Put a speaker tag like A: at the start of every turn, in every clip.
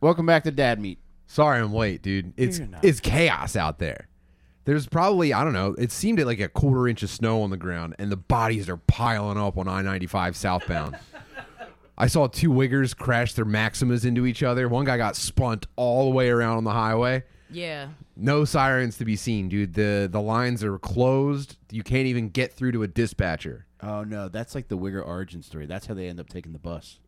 A: Welcome back to Dad Meat.
B: Sorry, I'm late, dude. It's
A: You're not.
B: it's chaos out there. There's probably I don't know. It seemed at like a quarter inch of snow on the ground, and the bodies are piling up on I-95 southbound. I saw two wiggers crash their Maximas into each other. One guy got spunt all the way around on the highway.
C: Yeah.
B: No sirens to be seen, dude. The the lines are closed. You can't even get through to a dispatcher.
A: Oh no, that's like the Wigger origin story. That's how they end up taking the bus.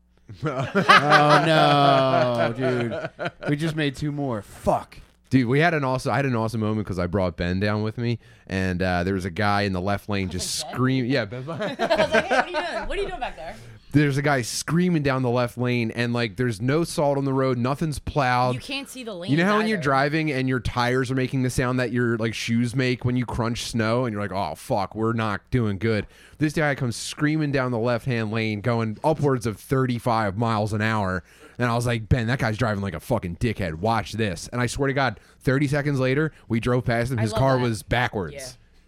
A: oh no, dude. We just made two more. Fuck.
B: Dude, we had an awesome. I had an awesome moment because I brought Ben down with me, and uh, there was a guy in the left lane just scream. Yeah, Ben.
C: I was like, hey, what are you doing? What are you doing back there?
B: there's a guy screaming down the left lane and like there's no salt on the road nothing's plowed
C: You can't see the lane.
B: You know how when you're driving and your tires are making the sound that your like shoes make when you crunch snow and you're like oh fuck we're not doing good this guy comes screaming down the left hand lane going upwards of 35 miles an hour and I was like Ben that guy's driving like a fucking dickhead watch this and I swear to god 30 seconds later we drove past him his
C: love
B: car
C: that.
B: was backwards
C: Yeah.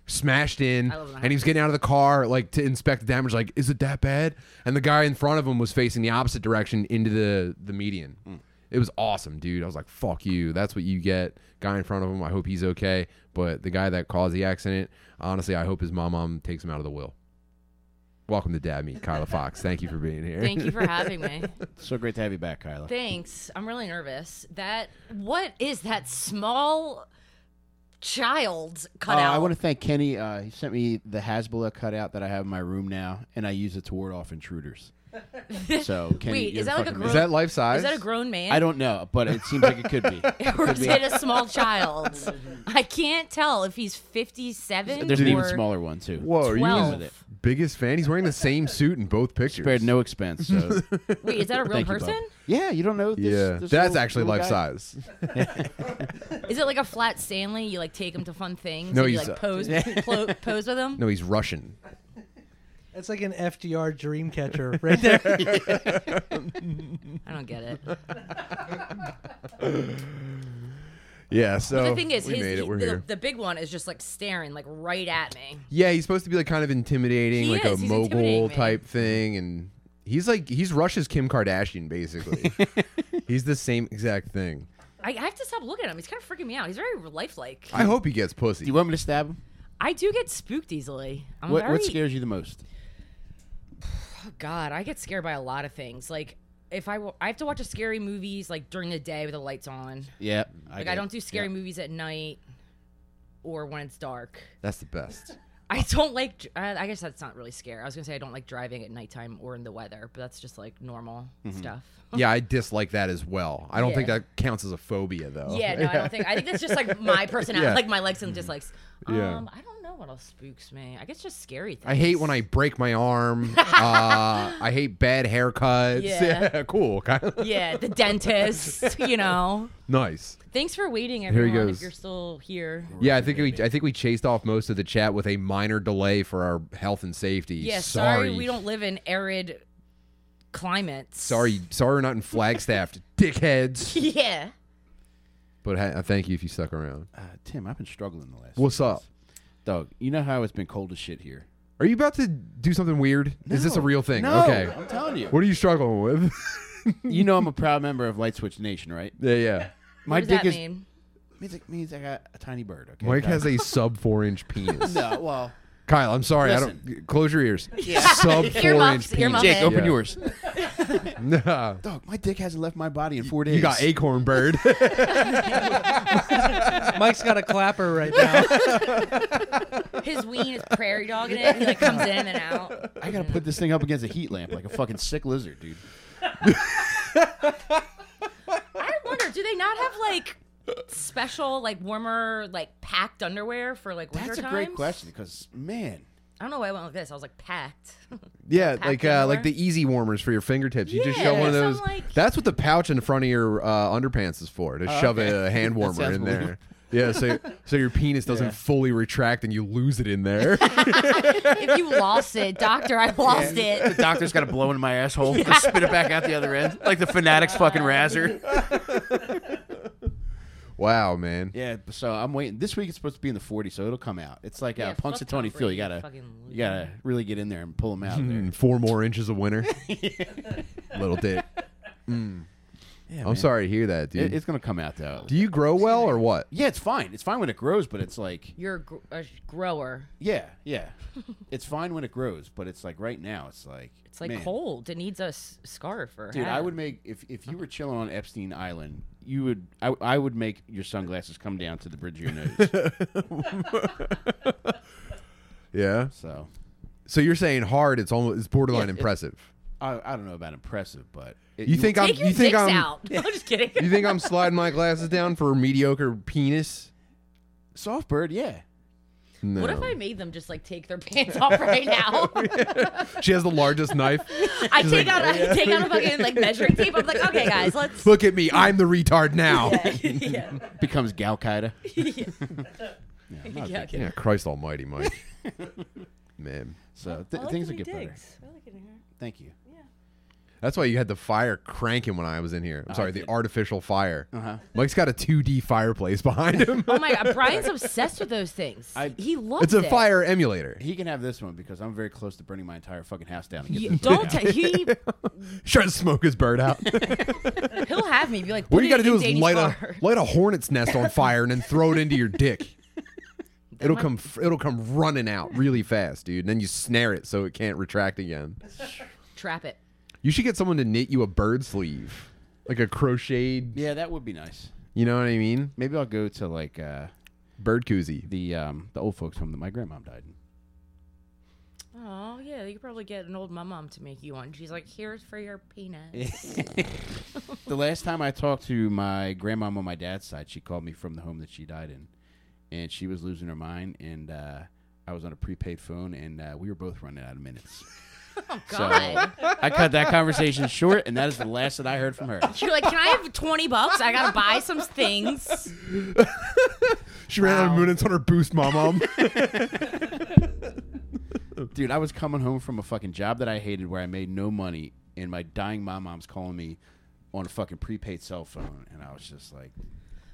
B: smashed in
C: I love when
B: and he was getting out of the car like to inspect the damage like is it that bad and the guy in front of him was facing the opposite direction into the the median it was awesome dude i was like fuck you that's what you get guy in front of him i hope he's okay but the guy that caused the accident honestly i hope his mom mom takes him out of the will welcome to dad meet kyla fox thank you for being here
C: Thank you for having me.
A: So great to have you back, Kyla.
C: Thanks. I'm really nervous. That what is that small child
A: Uh,
C: cutout?
B: Oh,
A: I want to thank Kenny. Uh, he sent me the Hasbullah cutout that I have in my room now, and I use it to ward off intruders. So, Kenny,
C: Wait,
A: you're
C: is
A: the
C: that like a
A: fucking
C: grown?
B: is that life size
C: Is that a grown man?
A: I don't know, but it seems like it could be.
C: or is it a small child? I can't tell if he's 57
A: There's
C: or
A: an even smaller one too.
B: whoa Oh, are you
C: 12.
B: his biggest fan he's wearing the same suit in both pictures
A: Spared no expense. So
C: Wait, is that a real
A: thank you, Bob.
C: person?
A: yeah, you don't know. This,
B: yeah
A: this
B: that's
A: little-
B: actually
A: little
B: life
A: guy?
B: size
C: Is it like a flat Stanley? You like take him to fun things?
B: No,
C: and you
B: he's,
C: like
B: uh,
C: pose, plo- pose with him.
B: no he's russian
D: That's like an FDR dream catcher right there.
C: I don't get it.
B: yeah so
C: the thing is,
B: Oh, we
C: his,
B: made
C: he-
B: it we're
C: the,
B: here
C: the big one is just like staring like right at me.
B: Yeah, he's supposed to be like kind of intimidating,
C: He
B: like
C: is,
B: a
C: he's
B: mogul
C: intimidating, man.
B: type thing, and he's like he's Russia's Kim Kardashian basically. he's the same exact thing.
C: I, I have to stop looking at him. He's kind of freaking me out. He's very lifelike.
B: I hope he gets
A: Do
B: pussy.
A: you want me to stab him?
C: I do get spooked easily. I'm
A: What,
C: very Oh,
A: what scares you the most?
C: God, I get scared by a lot of things. Like if I wa- I have to watch a scary movies like during the day with the lights on.
A: Yeah,
C: Like
A: get
C: I
A: it.
C: don't do scary
A: Yeah.
C: movies at night or when it's dark.
B: That's the best.
C: I don't like. dr- I I guess that's not really scary. I was gonna say I don't like driving at nighttime or in the weather, but that's just like normal
B: Mm-hmm.
C: stuff.
B: Yeah, I dislike that as well. I don't think
C: Yeah.
B: that counts as a phobia though.
C: Yeah, no, I don't think. I think that's just like my personality,
B: Yeah.
C: like my likes and dislikes. Um,
B: Yeah.
C: I don't know what else spooks me. I guess just scary things.
B: I hate when I break my arm. uh, I hate bad haircuts.
C: Yeah.
B: cool. Kyle.
C: Yeah, the dentist. you know.
B: nice.
C: Thanks for waiting,
B: he
C: everyone.
B: goes.
C: If you're still here.
B: Yeah, I think we I think we chased off most of the chat with a minor delay for our health and safety.
C: Yeah,
B: sorry,
C: sorry, we don't live in arid climates.
B: Sorry, sorry, we're not in Flagstaff, dickheads.
C: Yeah.
B: But ha- I thank you if you stuck around.
A: Uh, Tim, I've been struggling the last.
B: What's
A: few
B: up?
A: days. dog? You know how it's been cold as shit here.
B: Are you about to do something weird? Is this a
A: No.
B: real thing?
A: No,
B: Okay.
A: I'm telling you.
B: What are you struggling with?
A: you know I'm a proud member of Light Switch Nation, right?
B: yeah, yeah.
A: My
C: What does
A: dick
C: that
A: is
C: mean?
A: means it means I got a tiny bird. Okay,
B: Mike has a sub four inch penis.
A: no. Well,
B: Kyle, I'm sorry. I
A: Listen.
B: don't close your ears. Sub four inch
C: Earmuffs,
B: penis.
C: earmuffs.
A: Jake,
C: Okay.
A: open
B: Yeah.
A: yours.
B: Nah.
A: Dog, my dick hasn't left my body in four days.
B: You got acorn bird.
D: Mike's got a clapper right now.
C: His ween is prairie dog in it. He like comes in and then out.
A: I gotta put this thing up against a heat lamp like a fucking sick lizard, dude.
C: I wonder, do they not have like special, like warmer, like packed underwear for like winter
A: That's a
C: times?
A: great question because man,
C: I don't know why I went with this. I was like packed.
B: yeah,
C: Pack
B: like uh,
C: underwear.
B: like the easy warmers for your fingertips. You just
C: Yeah,
B: shove one of
C: some,
B: those.
C: like-
B: That's what the pouch in the front of your uh, underpants is for. To shove
A: Oh, okay.
B: a hand
A: That
B: warmer
A: sounds
B: in there. Yeah, so so your penis doesn't
A: Yeah.
B: fully retract and you lose it in there.
C: if you lost it, doctor, I lost
A: the
C: it.
A: doctor's got to blow in my asshole and spit it back out the other end like the fanatics fucking razzer.
B: wow, man.
A: Yeah, so I'm waiting. This week it's supposed to be in the 40s, so it'll come out. It's like
C: Yeah,
A: uh, Punk's
C: fuck
A: at Tony
C: Tom
A: Phil. You
C: Brady,
A: gotta,
C: fucking
A: you gotta really get in there and pull him out. there.
B: Mm, four more inches of winter. Little dick.
A: Yeah,
B: I'm
A: man.
B: sorry to hear that, dude.
A: It- it's gonna come out though.
B: Do you grow well or what?
A: yeah, it's fine. It's fine when it grows, but it's like
C: You're a, gr- a sh- grower.
A: yeah, yeah. it's fine when it grows, but it's like right now, it's like
C: It's like
A: man.
C: cold. It needs a s- scarf or.
A: Dude,
C: hat.
A: I would make if if you were chilling on Epstein Island, you would I, I would make your sunglasses come down to the bridge of your nose.
B: Yeah.
A: so
B: So you're saying hard? It's almost it's borderline
A: Yeah, it-
B: impressive.
A: I, I don't know about impressive, but it,
B: you, think I'm?
C: Take your
B: You think
C: dicks
B: I'm?
C: out. I'm just kidding.
B: You think I'm sliding my glasses down for a mediocre penis?
A: soft bird? Yeah,
B: No.
C: What if I made them just like take their pants off right now?
B: She has the largest knife.
C: I take out I take out a fucking like measuring tape. I'm like, okay, guys, let's.
B: Look at me. I'm the retard now. Yeah.
C: yeah.
A: becomes Gal Qaeda.
C: Yeah, okay.
B: Christ Almighty, Mike. Man,
A: So th- things will get better. Thank you.
B: that's why you had the fire cranking when I was in here. I'm sorry, the
A: did.
B: artificial fire. Uh-huh. Mike's got a 2D fireplace behind him.
C: Oh my god, Brian's obsessed with those things.
A: I-
C: he loves
B: it's a
C: it.
B: fire emulator.
A: He can have this one because I'm very close to burning my entire fucking house down. to get
C: You-
A: this
C: don't
A: thing out.
C: t- he
B: Try to smoke his bird out.
C: he'll have me be like.
B: what
C: put
B: you got
C: it
B: to do
C: in
B: is
C: Danny's
B: light
C: car.
B: a light a hornet's nest on fire and then throw it into your dick. It'll
C: might-
B: come f- it'll come running out really fast, dude. And then you snare it so it can't retract again.
C: trap it.
B: You should get someone to knit you a bird sleeve, like a crocheted.
A: yeah, that would be nice.
B: You know what I mean?
A: Maybe I'll go to like uh,
B: Bird koozie.
A: the um, the old folks home that my grandmom died in.
C: Oh yeah, you could probably get an old mom mom to make you one. She's like, here's for your penis.
A: The last time I talked to my grandmom on my dad's side, she called me from the home that she died in, and she was losing her mind. And uh, I was on a prepaid phone, and uh, we were both running out of minutes.
C: Oh god.
A: So I cut that conversation short, and that is the last that I heard from her.
C: You're like, can I have twenty bucks? I gotta buy some things.
B: She ran out of minutes on her boost, mom. mom.
A: Dude, I was coming home from a fucking job that I hated, where I made no money, and my dying mom mom's calling me on a fucking prepaid cell phone, and I was just like,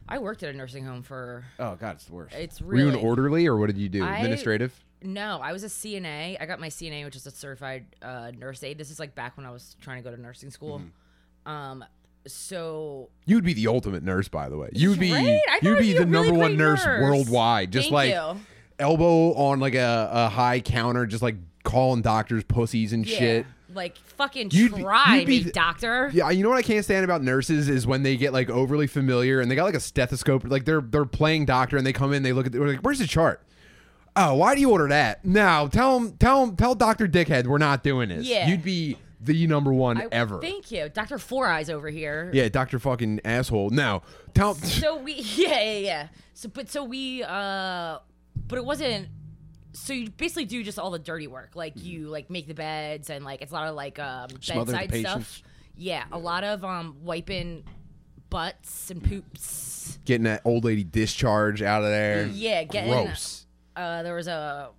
C: I worked at a nursing home for.
A: "Oh God, it's the worst."
C: It's
B: Were you
C: really
B: an orderly or what did you do?
C: I-
B: Administrative?
C: No, I was a CNA. I got my CNA, which is a certified uh, nurse aide. This is like back when I was trying to go to nursing school.
B: Mm-hmm.
C: Um, so
B: You'd be the ultimate nurse, by the way. You'd be
C: Right? I thought
B: you'd
C: I'd
B: be
C: be a
B: the
C: really
B: number one
C: great
B: nurse,
C: nurse.
B: worldwide. Just like
C: Thank you.
B: elbow on like a, a high counter, just like calling doctors pussies and
C: yeah,
B: shit.
C: like fucking
B: You'd be-
C: try
B: you'd be
C: me,
B: the-
C: doctor.
B: Yeah, you know what I can't stand about nurses is when they get like overly familiar and they got like a stethoscope, like they're they're playing doctor and they come in, they look at, the, we're like, where's the chart? Oh, why do you order that? No, tell him, tell him, tell Doctor Dickhead we're not doing this.
C: Yeah.
B: you'd be the number one
C: I-
B: ever.
C: Thank you, Doctor Four Eyes over here.
B: yeah, Doctor fucking asshole. No, tell.
C: So we, yeah, yeah, yeah. So but so we, uh, but it wasn't. So you basically do just all the dirty work, like you like make the beds and like it's a lot of like um,
A: Mm-hmm. Smother the
C: bedside
A: patients.
C: stuff. Yeah, a lot of um wiping butts and poops.
B: getting that old lady discharge out of there.
C: Yeah, getting
B: gross.
C: uh, there was a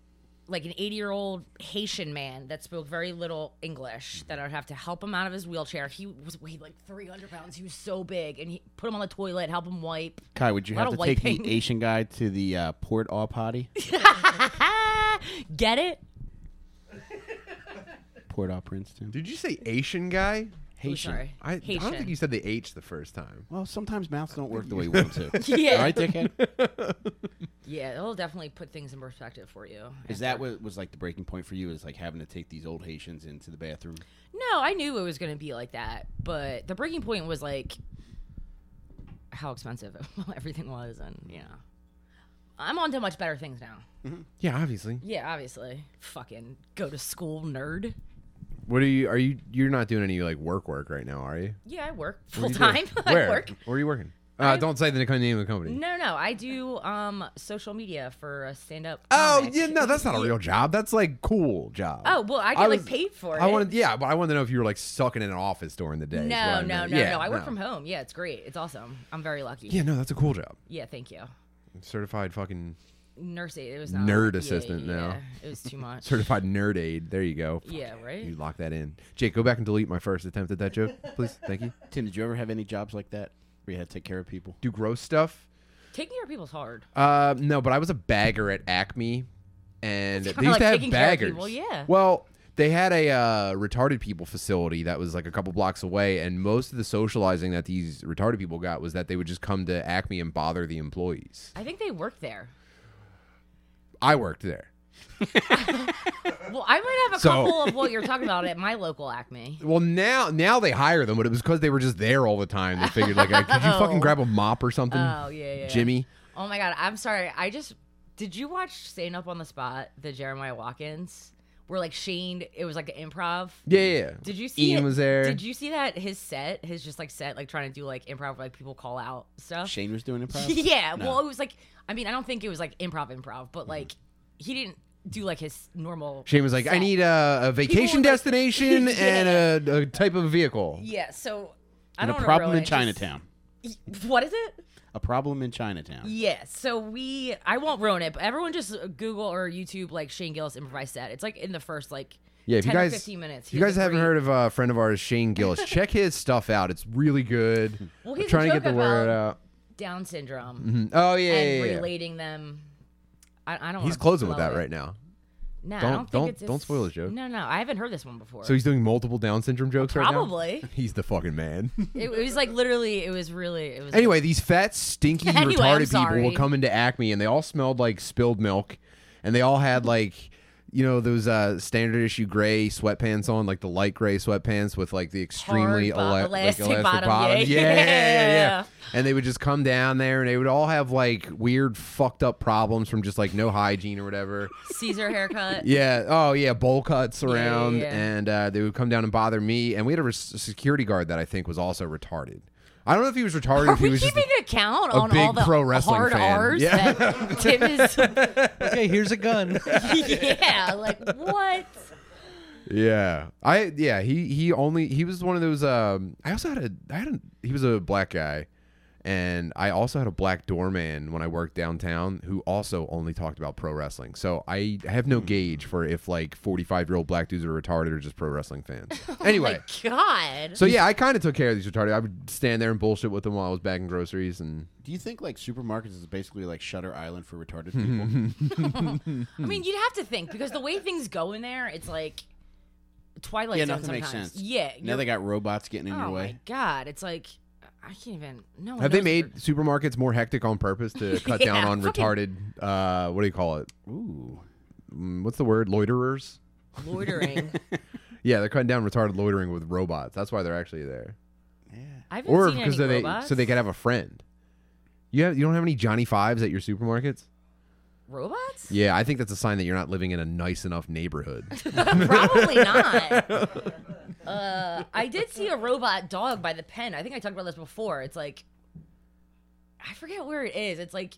C: like an 80 year old Haitian man that spoke very little English that I'd have to help him out of his wheelchair. He was weighed like 300 pounds. He was so big, and he put him on the toilet, help him wipe.
A: Kai, would you
C: Lot
A: have to
C: of
A: take
C: wiping.
A: the Asian guy to the uh, port all potty?
C: Ah, get it?
A: port all Princeton.
B: Did you say Asian guy?
C: Oh,
A: Haitian.
C: sorry,
B: I, I
C: Haitian.
B: don't think you said the H the first time.
A: Well, sometimes mouths don't work the way we want to.
C: Yeah.
A: All right, dickhead.
C: Yeah, it'll definitely put things in perspective for you.
A: Is that what was like the breaking point for you? Is like having to take these old Haitians into the bathroom?
C: No, I knew it was going to be like that, but the breaking point was like how expensive everything was, and you know, I'm on to much better things now.
B: Yeah, obviously.
C: Yeah, obviously. Fucking go to school, nerd.
B: What are you? Are you? You're not doing any like work work right now, are you?
C: Yeah, I work full
B: What are you
C: time.
B: doing?
C: I
B: Where?
C: work.
B: Where are you working? Uh, don't say the co- name of the company.
C: No, no, I do um social media for a stand up.
B: Oh yeah, no, that's not a real job. That's like cool job.
C: Oh well, I get
B: I
C: like
B: was-
C: paid for
B: I
C: it.
B: wanted, yeah, but I wanted to know if you were like sucking in an office during the day. is what
C: No,
B: I
C: no,
B: meant.
C: no,
B: Yeah,
C: no. I work from home. Yeah, it's great. It's awesome. I'm very lucky.
B: Yeah, no, that's a cool job.
C: Yeah, thank you.
B: Certified fucking
C: Nurse aid. It was not
B: Nerd
C: yeah,
B: assistant
C: Yeah,
B: now.
C: It was too much.
B: certified nerd aid. There you go.
C: Yeah,
B: You
C: right.
B: lock that in. Jake, go back and delete my first attempt at that joke, please. Thank you.
A: Tim, did you ever have any jobs like that where you had to take care of people?
B: Do gross stuff.
C: Taking care of people's hard.
B: Uh, no, but I was a bagger at Acme, and they
C: kinda
B: used
C: like
B: to have
C: taking care of
B: baggers.
C: people, yeah.
B: Well, They had a uh, retarded people facility that was like a couple blocks away, and most of the socializing that these retarded people got was that they would just come to Acme and bother the employees.
C: I think they work there.
B: I worked there.
C: Well, I might have a
B: So-
C: couple of what you're talking about at my local Acme.
B: Well, now now they hire them, but it was because they were just there all the time. They figured like, could you fucking grab a mop or something,
C: Oh yeah, yeah. yeah.
B: Jimmy?
C: Oh my god, I'm sorry. I just did you watch Staying Up on the Spot, the Jeremiah Watkins, where like Shane, it was like an improv.
B: Yeah, yeah, yeah.
C: Did you see?
B: Ian
C: it-
B: was there.
C: Did you see that his set, his just like set, like trying to do like improv, where, like people call out stuff.
A: Shane was doing improv.
C: yeah.
A: No.
C: Well, it was like I mean I don't think it was like improv improv, but like he didn't do like his normal.
B: Mm-hmm. Shane was like, I
C: set.
B: need a, a vacation
C: were like-
B: destination
C: Yeah.
B: and a, a type of vehicle.
C: Yeah. So I
A: And a
C: don't. wanna
A: problem
C: ruin
A: in
C: it, just-
A: Chinatown.
C: What is it?
A: A problem in Chinatown.
C: Yeah, so we I won't ruin it, but everyone just uh, Google or YouTube like Shane Gillis improvised set. It's like in the first like
B: Yeah, if
C: 10
B: you guys,
C: or 15 minutes.
B: if you guys haven't heard of a friend of ours, Shane Gillis, check his stuff out. It's really good.
C: Well,
B: We're
C: he's a
B: trying to get
C: joke
B: the word
C: about-
B: out.
C: Down syndrome
B: Mm, Oh yeah,
C: and
B: yeah, yeah, yeah.
C: relating them. I, I don't.
B: He's
C: wanna
B: closing with
C: blow
B: that
C: it.
B: right now.
C: No,
B: Don't-
C: I don't
B: don't-
C: think it's,
B: don't
C: it's-
B: spoil his joke.
C: No, no, I haven't heard this one before.
B: So he's doing multiple Down syndrome jokes right
C: probably
B: now. He's the fucking man.
C: it, it was like literally it was really it was
B: anyway, these fat, stinky,
C: Anyway, I'm
B: retarded people
C: sorry.
B: will come into Acme, and they all smelled like spilled milk, and they all had like. You know those uh, standard issue gray sweatpants on, like the light gray sweatpants with like the extremely
C: Hard bo-
B: ele-
C: elastic
B: like, elastic
C: bottom,
B: bottoms.
C: yeah.
B: Yeah, yeah, yeah,
C: Yeah.
B: yeah. And they would just come down there, and they would all have like weird, fucked up problems from just like no hygiene or whatever.
C: Caesar haircut.
B: Yeah. Oh, yeah. Bowl cuts around,
C: yeah.
B: and uh, they would come down and bother me. And we had a res- security guard that I think was also retarded. I don't know if he was retarded.
C: Are
B: if he
C: we
B: was just
C: keeping account on all
B: big
C: the
B: pro wrestling
C: hard
B: fan.
C: R's
B: Yeah.
C: that Tim is?
D: Okay, here's a gun.
C: yeah, like what?
B: Yeah, I yeah he he only he was one of those. Um, I also had a I had a he was a black guy, and I also had a black doorman when I worked downtown who also only talked about pro wrestling. So I have no gauge for if like forty five year old black dudes are retarded or just pro wrestling fans. Anyway,
C: My God.
B: so yeah, I kind of took care of these retarded. I would stand there and bullshit with them while I was bagging groceries and
A: Do you think like supermarkets is basically like Shutter Island for retarded people?
C: I mean, you'd have to think because the way things go in there, it's like Twilight
A: yeah,
C: Zone
A: nothing makes
C: sometimes.
A: sense.
C: Yeah.
A: Now
C: you're-
A: they got robots getting in
C: oh
A: your
C: my
A: way.
C: God, it's like I can't even. No. one
B: have they
C: knows
B: made
C: what-
B: supermarkets more hectic on purpose to cut down
C: Yeah,
B: on
C: fucking-
B: retarded? Uh, what do you call it?
A: Ooh.
B: Mm, What's the word? Loiterers.
C: loitering?
B: Yeah, they're cutting down retarded loitering with robots. That's why they're actually there.
C: I haven't
B: Or
C: seen
B: because
C: any
B: they
C: robots.
B: so they could have a friend. You have you don't have any Johnny Fives at your supermarkets?
C: robots?
B: Yeah, I think that's a sign that you're not living in a nice enough neighborhood.
C: Probably not. uh, I did see a robot dog by the pen. I think I talked about this before. It's like I forget where it is. It's like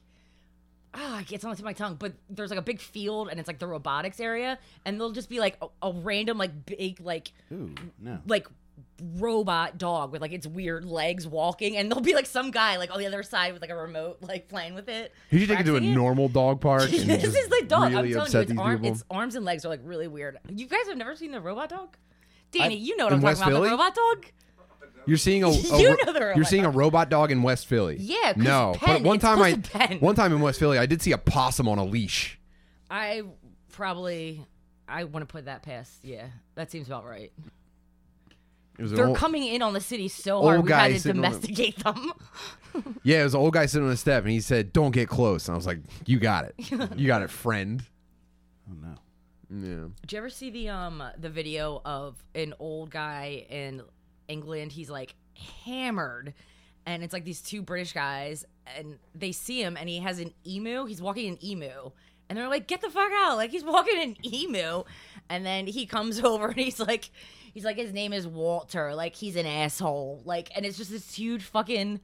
C: ah, it gets onto my tongue. But there's like a big field, and it's like the robotics area, and they'll just be like a, a random like big like
A: Ooh, no.
C: like robot dog with like its weird legs walking, and there'll be like some guy like on the other side with like a remote like playing with it.
B: you should take it to a
C: practicing it.
B: normal dog park. And
C: this
B: just
C: is the dog.
B: Really
C: I'm
B: upset
C: telling you,
B: these
C: its, arm,
B: people.
C: its arms and legs are like really weird. You guys have never seen the robot dog, Danny. you know what
B: in
C: I'm
B: West
C: talking
B: Philly?
C: about. The robot dog.
B: You're seeing a, a
C: You
B: ro-
C: know the
B: you're
C: robot
B: seeing a robot dog in West Philly.
C: Yeah, 'cause
B: no,
C: Penn,
B: but one
C: it's
B: time I
C: close to Penn.
B: one time in West Philly I did see a possum on a leash.
C: I probably I want to put that past. Yeah, that seems about right.
B: It was an
C: They're
B: old-
C: coming in on the city so hard.
B: old
C: We've
B: guy
C: had to
B: sitting on a-
C: domesticate them.
B: yeah, it was an old guy sitting on a step and he said, "Don't get close." And I was like, "You got it, you got it, friend."
A: Oh no.
B: Yeah.
C: Did you ever see the um the video of an old guy in England? He's like hammered, and it's like these two British guys, and they see him, and he has an emu. He's walking an emu, and they're like, "Get the fuck out!" Like he's walking an emu, and then he comes over, and he's like, he's like, his name is Walter. Like he's an asshole. Like, and it's just this huge fucking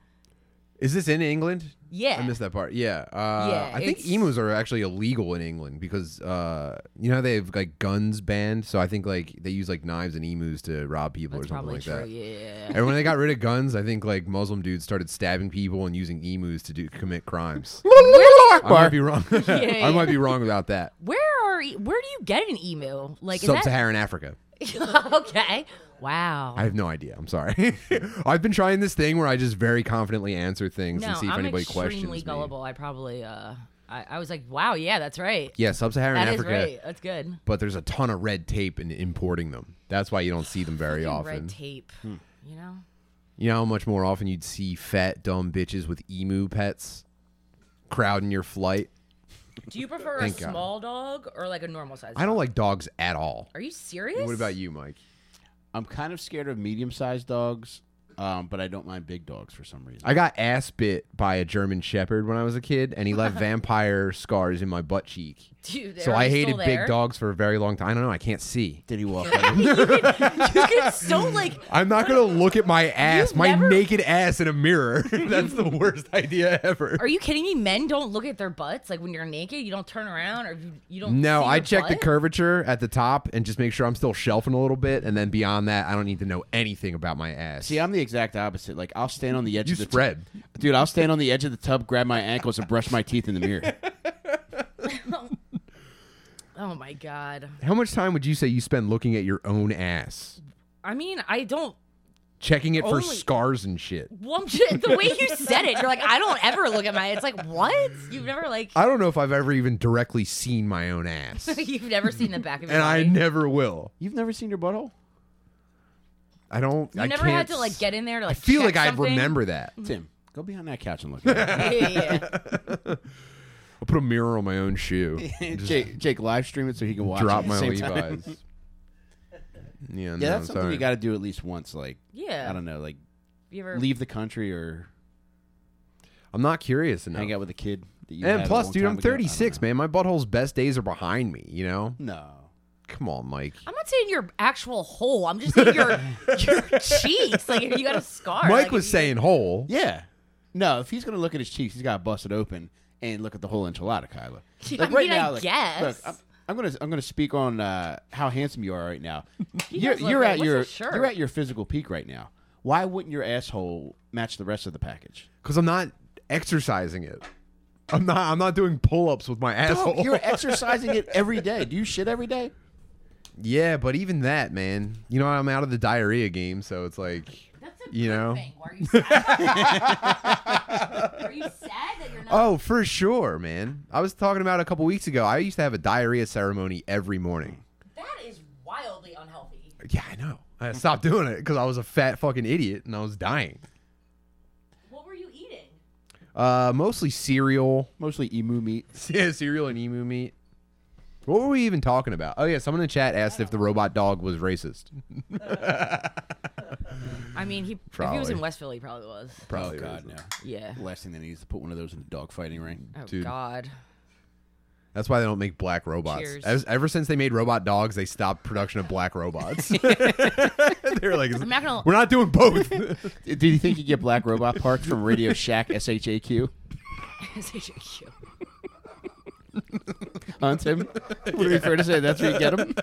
B: Is this in England?
C: yeah.
B: I missed that part. Yeah. Uh,
C: Yeah,
B: I think
C: it's-
B: emus are actually illegal in England because uh, you know how they have like guns banned, so I think like they use like knives and emus to rob people or
C: That's
B: something
C: probably
B: like
C: true.
B: that.
C: Yeah.
B: And when they got rid of guns, I think like Muslim dudes started stabbing people and using emus to do commit crimes. I might be wrong.
C: yeah.
B: I might be wrong about that.
C: Where are e- where do you get an emu? Like is that
B: Sub-Saharan Africa.
C: okay. Wow.
B: I have no idea. I'm sorry. I've been trying this thing where I just very confidently answer things
C: no,
B: and see if
C: I'm
B: anybody
C: extremely
B: questions me.
C: gullible. I probably uh I, I was like, wow, yeah, that's right.
B: Yeah, sub-Saharan
C: That is
B: Africa,
C: right. That's good.
B: but there's a ton of red tape in importing them. That's why you don't see them very
C: Fucking
B: often. Hmm.
C: Red tape. You know?
B: You know how much more often you'd see fat dumb bitches with emu pets crowding your flight.
C: Do you prefer a
B: Thank God.
C: small dog or like a normal size?
B: I don't like dogs at all.
C: Are you serious?
B: What about you, Mike?
A: I'm kind of scared of medium-sized dogs, um, but I don't mind big dogs for some reason.
B: I got ass bit by a German Shepherd when I was a kid, and he left vampire scars in my butt cheek.
C: Dude,
B: So I hated big dogs for a very long time. I don't know. I can't see.
A: Did he walk? in?
C: You get so like
B: I'm not gonna look at my ass,
C: You've
B: my
C: never-
B: naked ass in a mirror. That's the worst idea ever.
C: Are you kidding me? Men don't look at their butts. Like when you're naked, you don't turn around or you, you don't.
B: No,
C: see
B: I
C: your
B: check the
C: butt?
B: curvature at the top and just make sure I'm still shelving a little bit, and then beyond that, I don't need to know anything about my ass.
A: See, I'm the exact opposite. Like I'll stand on the edge
B: you
A: of the
B: spread.
A: Dude, I'll stand on the edge of the tub, grab my ankles, and brush my teeth in the mirror.
C: Oh my god.
B: How much time would you say you spend looking at your own ass,
C: I mean, I don't.
B: checking it for
C: Only-
B: scars and shit?
C: Well, the way you said it, you're like, I don't ever look at my. It's like what? You've never like.
B: I don't know if I've ever even directly seen my own ass, and
C: You've never seen the back of your
B: I
C: body.
B: never will.
A: You've never seen your butthole?
B: I don't.
C: you
B: I
C: never had
B: can't
C: to like
B: s-
C: get in there to
B: I
C: like.
B: feel
C: check
B: like I
C: something?
B: remember that.
A: Tim, go behind that couch and look. At
C: Yeah, yeah, yeah.
B: I'll put a mirror on my own shoe.
A: it. Jake, Jake, live stream it so he can watch. it at
B: drop
A: the
B: my
A: same time.
B: Levi's. Yeah, no,
A: Yeah, that's something
B: sorry.
A: you got to do at least once. Like,
C: Yeah.
A: I don't know, like
C: You ever?
A: leave the country or
B: I'm not curious enough.
A: hang out with a kid. That you
B: And
A: had a
B: plus,
A: long
B: dude,
A: time
B: I'm
A: ago. I don't
B: 36,
A: know.
B: man. My butthole's best days are behind me. You know?
A: No.
B: Come on, Mike.
C: I'm not saying your actual hole. I'm just saying your your cheeks. Like if you got a scar.
B: Mike
C: like,
B: was
C: if you-
B: saying hole.
A: Yeah. No, if he's gonna look at his cheeks, he's got to bust it open and look at the whole enchilada, Kyla.
C: I mean, I guess.
A: look, I'm, I'm gonna I'm gonna speak on uh, how handsome you are right now. you're
C: does look
A: you're
C: good.
A: at
C: What's
A: your
C: his shirt?
A: you're at your physical peak right now. Why wouldn't your asshole match the rest of the package?
B: Because I'm not exercising it. I'm not. I'm not doing pull-ups with my asshole.
A: Dog, you're exercising it every day. Do you shit every day?
B: yeah, but even that, man. You know, I'm out of the diarrhea game, so it's like,
C: That's a
B: you
C: good
B: know.
C: thing. Why Are you sad? Are you sad that you're not?
B: Oh, for sure, man. I was talking about a couple weeks ago. I used to have a diarrhea ceremony every morning.
C: That is wildly unhealthy.
B: Yeah, I know. I stopped doing it because I was a fat fucking idiot and I was dying.
C: What were you eating?
B: Uh, mostly cereal.
A: Mostly emu meat.
B: Yeah, cereal and emu meat. What were we even talking about? Oh yeah, someone in the chat asked if the robot dog was racist.
C: I mean, he if he was
B: Probably.
C: in Westville, he probably was.
A: oh God, no.
C: Yeah.
A: The last thing they need is to put one of those in a dogfighting ring.
C: Oh
B: Dude.
C: God.
B: That's why they don't make black robots.
C: Cheers.
B: As- ever since they made robot dogs, they stopped production of black robots. They're like,
C: I'm not gonna.
B: we're not doing both.
A: Did you think you get black robot parts from Radio Shack SHAQ?
C: SHQ.
A: Huh, Tim? Would it be fair to say that's where you get them?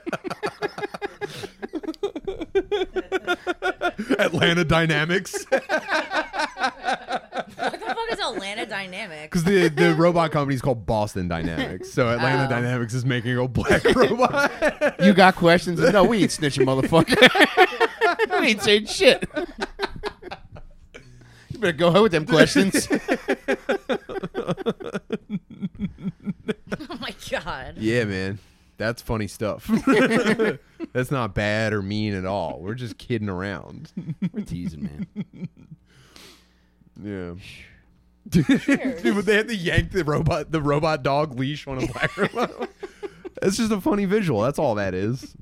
B: Atlanta Dynamics,
C: What the fuck is Atlanta Dynamics?
B: because the the robot company is called Boston Dynamics. So Atlanta
C: Oh.
B: Dynamics is making a black robot.
A: You got questions? No, we ain't snitching, motherfucker. we ain't saying shit. you better go home with them questions.
C: Oh my God.
B: yeah, man, that's funny stuff. that's not bad or mean at all. We're just kidding around.
A: We're teasing, man.
B: Yeah. Dude, but they had to yank the robot, the robot dog leash on a black robot. It's just a funny visual. That's all that is.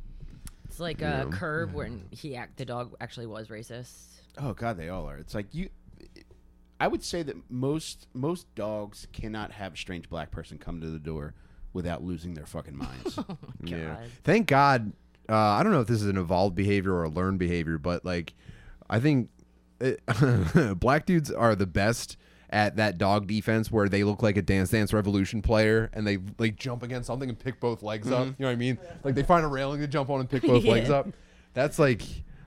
C: It's like a curb when he act the dog actually was racist.
A: Oh God, they all are. It's like you. I would say that most most dogs cannot have a strange black person come to the door without losing their fucking minds.
B: Yeah.
C: God.
B: Thank God. Uh, I don't know if this is an evolved behavior or a learned behavior, but like, I think it, black dudes are the best at that dog defense where they look like a Dance Dance Revolution player and they like jump against something and pick both legs up. You know what I mean? Like they find a railing to jump on and pick both
C: Yeah.
B: legs up. That's like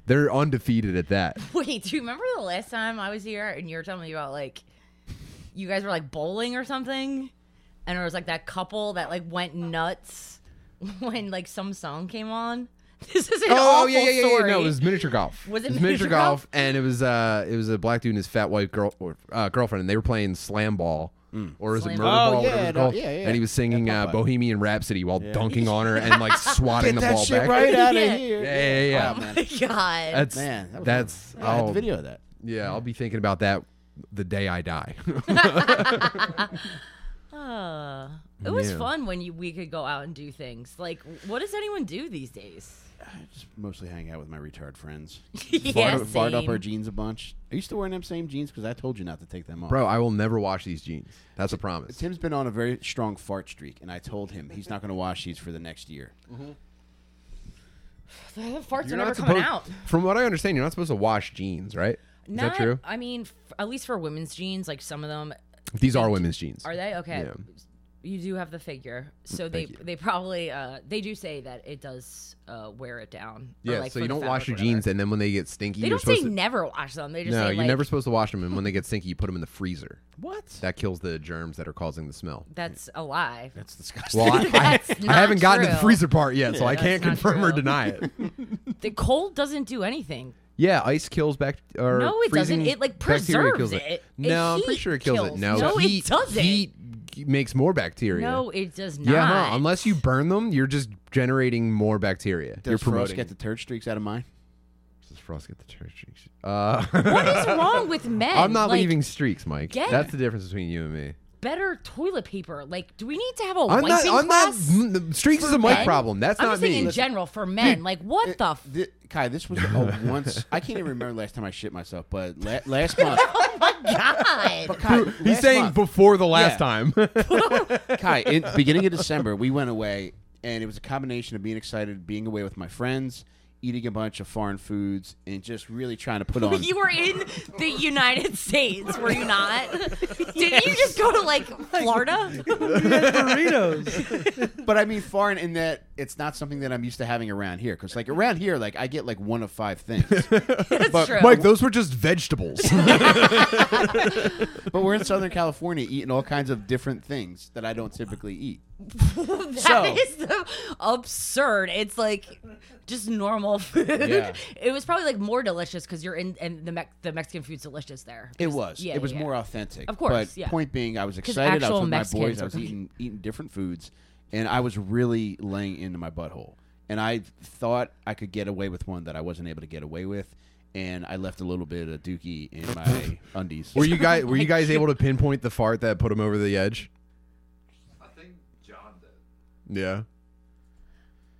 B: they're undefeated at that.
C: Wait, do you remember the last time I was here and you were telling me about like you guys were like bowling or something? And there was like that couple that like went nuts when like some song came on. This is an
B: Oh
C: awful
B: yeah, yeah, yeah, yeah.
C: story.
B: No, it was miniature golf.
C: Was it
B: miniature
C: miniature
B: golf?
C: golf?
B: And it was uh, it was a black dude and his fat white girl or, uh, girlfriend, and they were playing slam ball or is it
C: Slam
B: Murder
C: Dunk.
A: Oh,
B: Ball?
A: yeah,
B: whatever it's
A: no,
B: called.
A: yeah, yeah.
B: And he was singing
A: Yeah,
B: uh,
A: Popeye.
B: Bohemian Rhapsody while dunking on her and like
A: Get
B: swatting the
A: that
B: ball
A: shit
B: back.
A: right out of
C: Yeah.
A: here.
B: Yeah, yeah, yeah.
A: Wow, Oh, man.
C: God.
B: That's
A: Man, that was-
B: that's
A: I had the
B: oh,
A: video of that.
B: yeah. I'll be thinking about that the day I die.
C: Uh, it was
B: Yeah.
C: fun when you, we could go out and do things. Like, what does anyone do these days?
A: I just mostly hang out with my retard friends.
C: Yeah,
A: Fart, fart up
C: same.
A: our jeans a bunch. Are you still wearing them same jeans? Because I told you not to take them off.
B: Bro, I will never wash these jeans. That's a promise.
A: Tim's been on a very strong fart streak, and I told him he's not going to wash these for the next year.
C: The farts are
B: You're
C: never
B: not
C: coming
B: supposed.
C: out.
B: From what I understand, you're not supposed to wash jeans, right? Is that
C: Not,
B: true?
C: I mean, f- at least for women's jeans, like some of them
B: These are women's jeans.
C: are they okay.
B: Yeah.
C: You do have the figure, so they
B: thank you.
C: they probably uh, they do say that it does uh, wear it down. or,
B: Yeah,
C: like,
B: so
C: for
B: you
C: the
B: don't
C: fabric,
B: wash your
C: whatever.
B: jeans, and then when they get stinky,
C: They
B: you're
C: don't say
B: supposed to.
C: never wash them. They just
B: No,
C: say
B: you're
C: like,
B: never supposed to wash them, and when they get stinky, you put them in the freezer.
A: What?
B: That kills the germs that are causing the smell.
C: That's a lie.
A: That's disgusting.
B: Well, I, I,
C: That's
B: I
C: not
B: haven't gotten to the
C: true.
B: freezer part yet, so I
C: that's
B: can't
C: not
B: confirm or
C: true.
B: deny it.
C: The cold doesn't do anything.
B: Yeah, ice kills back. Or
C: No, it doesn't.
B: freezing
C: It, like,
B: bacteria kills
C: preserves it.
B: No,
C: It-
B: I'm pretty
C: heat
B: sure it kills, it.
C: kills.
B: No,
C: No, it
B: heat,
C: doesn't.
B: Heat g- makes more bacteria.
C: No, it does not.
B: Yeah, huh, unless you burn them, you're just generating more bacteria.
A: Does
B: you're
A: Frost
B: promoting.
A: get the turd streaks out of mine?
B: Does Frost get the church? Uh,
C: what is wrong with men?
B: I'm not
C: Like,
B: leaving streaks, Mike.
C: get-
B: That's the difference between you and me.
C: better toilet paper. Like, do we need to have a
B: I'm
C: wiping
B: not. I'm not.
C: class?
B: mm, the Streaks is a Mike
C: men?
B: problem. That's
C: I'm
B: not
C: just saying
B: me.
C: in general for men. Like, what the? F-
A: Thi- Kai, this was a once. I can't even remember last time I shit myf, but la- last month.
C: God.
A: Kai,
B: He's
A: last
B: saying
A: month-
B: before the last
A: Yeah.
B: time.
A: Kai, in beginning of December, we went away, and it was a combination of being excited, being away with my friends, eating a bunch of foreign foods, and just really trying to put on.
C: You were in the United States, were you not? Didn't you just go to like Florida?
D: burritos.
A: but I mean foreign in that it's not something that I'm used to having around here. Because like around here, like I get like one of five things.
C: That's
A: But-
C: true.
B: Mike, those were just vegetables.
A: but we're in Southern California eating all kinds of different things that I don't typically eat.
C: That is
A: so-
C: the absurd. It's like just normal food.
A: Yeah.
C: It was probably like more delicious because you're in, and the Mex the Mexican food's delicious there.
A: It
C: Because-
A: was.
C: Yeah,
A: it was
C: yeah,
A: more
C: yeah.
A: authentic.
C: Of course,
A: But
C: yeah.
A: point being, I was excited. I
C: actual
A: was with my
C: Mexicans
A: boys. I
C: are
A: was
C: cooking-
A: eating eating different foods, and I was really laying into my butthole. And I thought I could get away with one that I wasn't able to get away with, and I left a little bit of dookie in my undies.
B: were you guys? Were you guys able to pinpoint the fart that put him over the edge?
E: I think John did.
B: Yeah.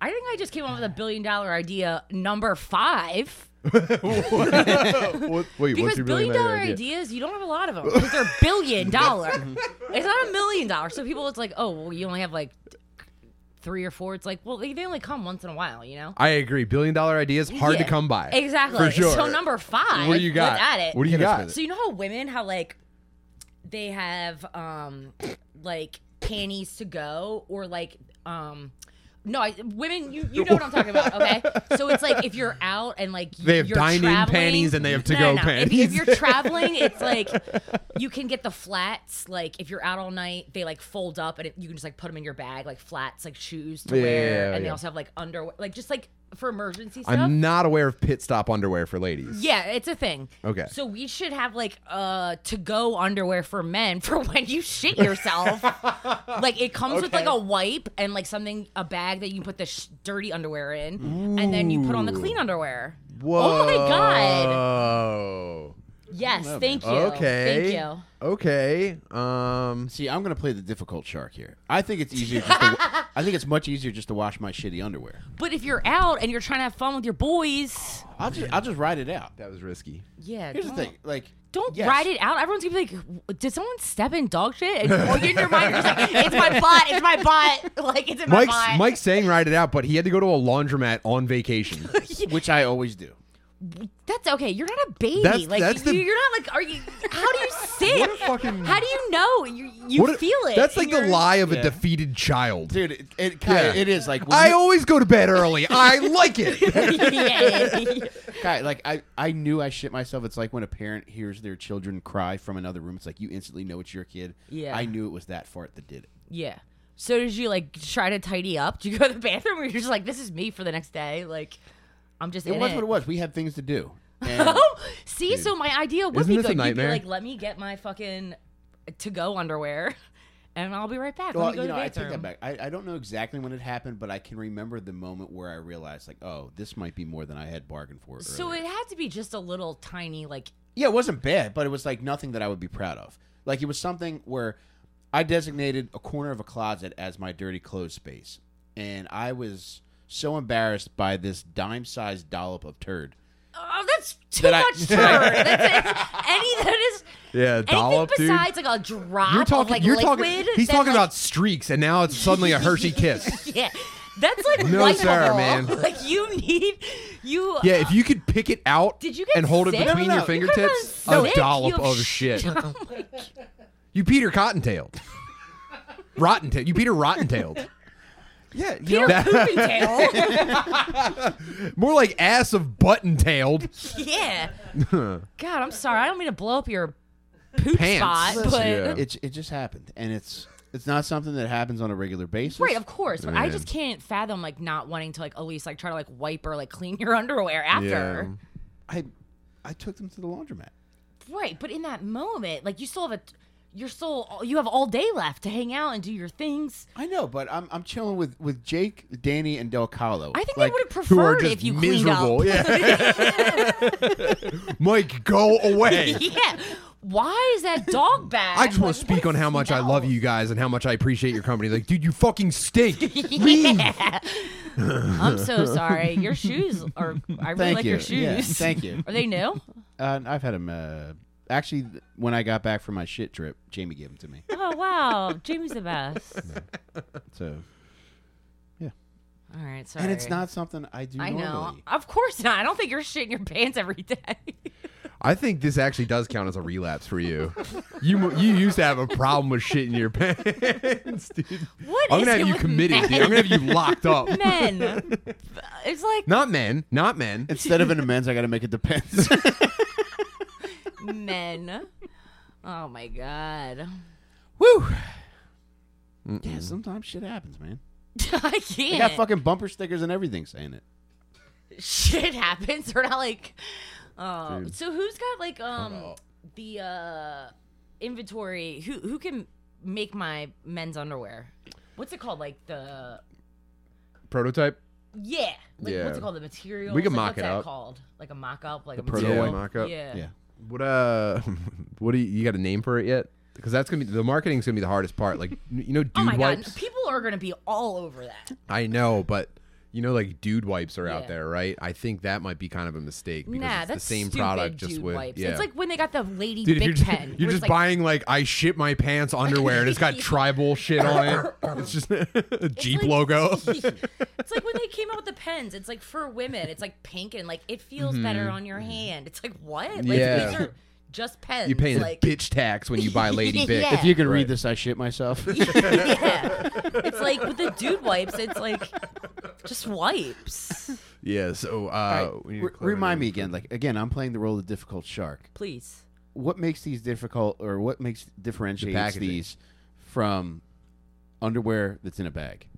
C: I think I just came up with a billion dollar idea number five.
B: What, wait,
C: Because
B: what's your
C: billion
B: billion
C: dollar ideas, you don't have a lot of them because they're billion dollar.
B: Mhm.
C: it's not a million dollar. So people, it's like, oh, well, you only have like three or four. It's like, well, they, they only come once in a while, you know?
B: I agree. Billion dollar ideas hard to
C: Yeah.
B: come by.
C: Exactly.
B: For sure.
C: So number five.
B: What do you got?
C: let's add it.
B: What do you
A: Hit us
B: got?
A: with
C: So you know how women, how like they have um like panties to go or like um. No, I, women, you, you know what I'm talking about, okay? So it's like if you're out and like you,
B: They have
C: you're
B: dine-in
C: traveling-
B: panties and they have
C: No,
B: to-go
C: no, no. If-
B: panties.
C: If, you're traveling, it's like you can get the flats. Like if you're out all night, they like fold up and it, you can just like put them in your bag, like flats, like shoes to
B: Yeah,
C: wear,
B: yeah,
C: and they
B: yeah.
C: also have like underwear, like just like for emergency stuff.
B: I'm not aware of pit stop underwear for ladies.
C: Yeah, it's a thing.
B: Okay.
C: So we should have like uh to go underwear for men for when you shit yourself. like it comes with like a wipe and like something a bag that you can put the sh- dirty underwear in and then you put on the clean underwear.
B: Whoa.
C: Oh my god.
B: god.
C: Yes, thank you.
B: Okay.
C: Thank you.
B: Okay. Um.
A: See, I'm going to play the difficult shark here. I think it's easier. Just to, wa- I think it's much easier just to wash my shitty underwear.
C: But if you're out and you're trying to have fun with your boys,
A: I'll just I'll just ride it out.
B: That was risky.
C: yeah.
A: Here's the
C: don't-
A: thing, like
C: Don't
A: yes.
C: ride it out. Everyone's gonna be like, "Did someone step in dog shit?" And or in your mind, you're just like, "It's my butt. It's my butt. Like it's in my
B: Mike's
C: mind."
B: Mike's saying ride it out, but he had to go to a laundromat on vacation.
A: which I always do.
C: That's okay. You're not a baby.
B: That's-
C: like
B: that's the-
C: you, you're not like. Are you? How do you sit?
B: What a fucking-
C: How do you know? You, you
B: What a-
C: feel it.
B: That's like the
C: You're-
B: lie of a
A: Yeah.
B: defeated child.
A: Dude, it, it, Kai,
B: Yeah.
A: it is like when
B: I
A: you-
B: always go to bed early. I like it.
C: Yeah.
A: Guy, like I, I knew I shit myself. It's like when a parent hears their children cry from another room. It's like you instantly know it's your kid.
C: Yeah.
A: I knew it was that fart that did it.
C: yeah. So did you like try to tidy up? Did you go to the bathroom, or you're just like, this is me for the next day? Like, I'm just.
A: It
C: in
A: was
C: it.
A: what it was. We had things to do. And
C: Oh, see, so my idea would
B: Isn't
C: be
B: this a
C: good. You'd be
B: nightmare?
C: like, let me get my fucking to go underwear, and I'll be right back. Let
A: Well,
C: me go
A: you
C: to
A: know,
C: the
A: I take
C: bathroom.
A: that back. I, I don't know exactly when it happened, but I can remember the moment where I realized, like, oh, this might be more than I had bargained for.
C: So
A: earlier.
C: it had to be just a little tiny, like
A: Yeah, it wasn't bad, but it was like nothing that I would be proud of. Like it was something where I designated a corner of a closet as my dirty clothes space, and I was so embarrassed by this dime-sized dollop of turd.
C: oh, that's too
A: That I-
C: much turd. That's any that is
B: Yeah, dollop,
C: anything
B: dude.
C: besides like a drop
B: You're talking.
C: of like
B: you're
C: liquid.
B: talking. He's
C: that,
B: talking
C: like,
B: about streaks, and now it's suddenly a Hershey kiss.
C: yeah. That's like
B: No,
C: likeable.
B: sir, man.
C: Like you need you.
B: Yeah, if you could pick it out
C: Did you get
B: and hold it
C: sick?
B: between
A: No, no, no.
B: your
A: You
C: could've
B: fingertips,
C: gotten
B: a
C: sick.
B: dollop
C: You- Oh
B: of shit. you Peter Cottontail. Rotten tail. You Peter Rotten tailed.
A: Yeah, you
C: Peter Poopentail.
B: More like ass of button tailed.
C: yeah. God, I'm sorry. I don't mean to blow up your poop
B: Pants.
C: spot, but
B: Yeah.
A: it it just happened, and it's it's not something that happens on a regular basis.
C: Right, of course, but I
B: Man.
C: just can't fathom like not wanting to like at least like try to like wipe or like clean your underwear after.
A: I I took them to the laundromat.
C: Right, but in that moment, like you still have a, you're still you have all day left to hang out and do your things.
A: I know, but I'm I'm chilling with with Jake, Danny, and Del Calo.
C: I think
A: like,
C: I would have
B: Who are
C: preferred
B: just
C: if you
B: miserable.
C: cleaned up.
B: Yeah. Mike, go away.
C: yeah. Why is that dog bag?
B: I just want
C: Like,
B: to speak on
C: what
B: how much I
C: smells?
B: love you guys and how much I appreciate your company. Like, dude, you fucking stink.
C: Yeah. I'm so sorry. Your shoes are. I really
A: Thank
C: like
A: you.
C: your shoes.
A: Yeah, thank you.
C: Are they new?
A: Uh, I've had them. Uh, actually, th- when I got back from my shit trip, Jamie gave them to me.
C: Oh wow, Jamie's the best.
A: So,
C: All right, sorry.
A: and it's not something I do.
C: I know.
A: normally.
C: Of course not. I don't think you're shitting your pants every day.
B: I think this actually does count as a relapse for you. You you used to have a problem with shit in your pants, dude.
C: What
B: I'm
C: is
B: gonna
C: it
B: have you
C: with
B: committed,
C: men?
B: dude. I'm gonna have you locked up.
C: Men. It's like
B: Not men, not men.
A: Instead of an amends, I got to make it depends.
C: men. Oh my god.
A: Woo. Yeah, sometimes shit happens, man.
C: I
A: They
C: can't.
A: got fucking bumper stickers and everything saying it.
C: Shit happens. We're not like. Oh, so who's got like
B: Oh.
C: um the uh inventory? Who who can make my men's underwear? What's it called? Like the
B: Prototype.
C: yeah. Like what's
B: Yeah.
C: it called? The material.
B: We can
C: like,
B: mock
C: what's
B: it
C: that
B: up.
C: Called like a mock up. Like a
A: prototype?
C: material?
A: Yeah,
B: mock-up.
C: Yeah.
A: Yeah.
B: What uh, what do you, you got a name for it yet? Because that's gonna be the marketing's gonna be the hardest part. Like you know, dude
C: Oh my
B: wipes.
C: god, people are gonna be all over that.
B: I know, but you know, like dude wipes are out
C: Yeah.
B: there, right? I think that might be kind of a mistake because
C: nah,
B: it's
C: that's
B: the same
C: stupid
B: product, just
C: dude
B: with
C: wipes.
B: yeah.
C: It's like when they got the lady
B: Dude, if
C: Big
B: you're just,
C: Ten. where
B: you're
C: it's
B: just
C: like,
B: buying like I shit my pants underwear and it's got tribal shit on it. It's just a Jeep
C: like-
B: logo.
C: it's like when they came out with the pens. It's like for women. It's like pink and like it feels better on your hand. It's like what? Like
B: Mm-hmm. Yeah.
C: these are just pens.
B: You're paying
C: like,
B: bitch tax when you buy Lady Bitch.
C: Yeah.
A: If you can
B: Right.
A: read this, I shit myself.
C: yeah. It's like with the dude wipes. It's like just wipes.
B: Yeah, so uh, we need to
A: Re-
B: clarify
A: remind
B: that.
A: me again. Like again, I'm playing the role of the difficult shark.
C: Please.
A: What makes these difficult, or what makes differentiates
B: packaging.
A: these from underwear that's in a bag?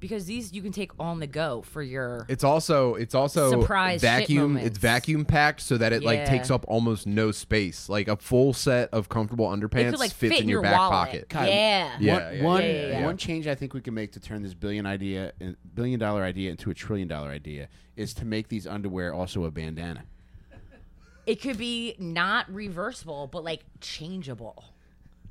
C: Because these you can take on the go for your
B: It's also it's also
C: Surprise shit
B: vacuum.
C: moments.
B: It's vacuum packed so that it like
C: Yeah.
B: takes up almost no space. Like a full set of comfortable
C: it
B: underpants
C: could like
B: fits
C: fit
B: in your, back
C: wallet.
B: pocket.
A: Kyle,
C: Yeah.
B: Yeah.
A: one, one,
C: yeah, yeah, yeah.
A: one change I think we can make to turn this billion idea, billion dollar idea into a trillion dollar idea is to make these underwear also a bandana.
C: It could be not reversible, but like changeable.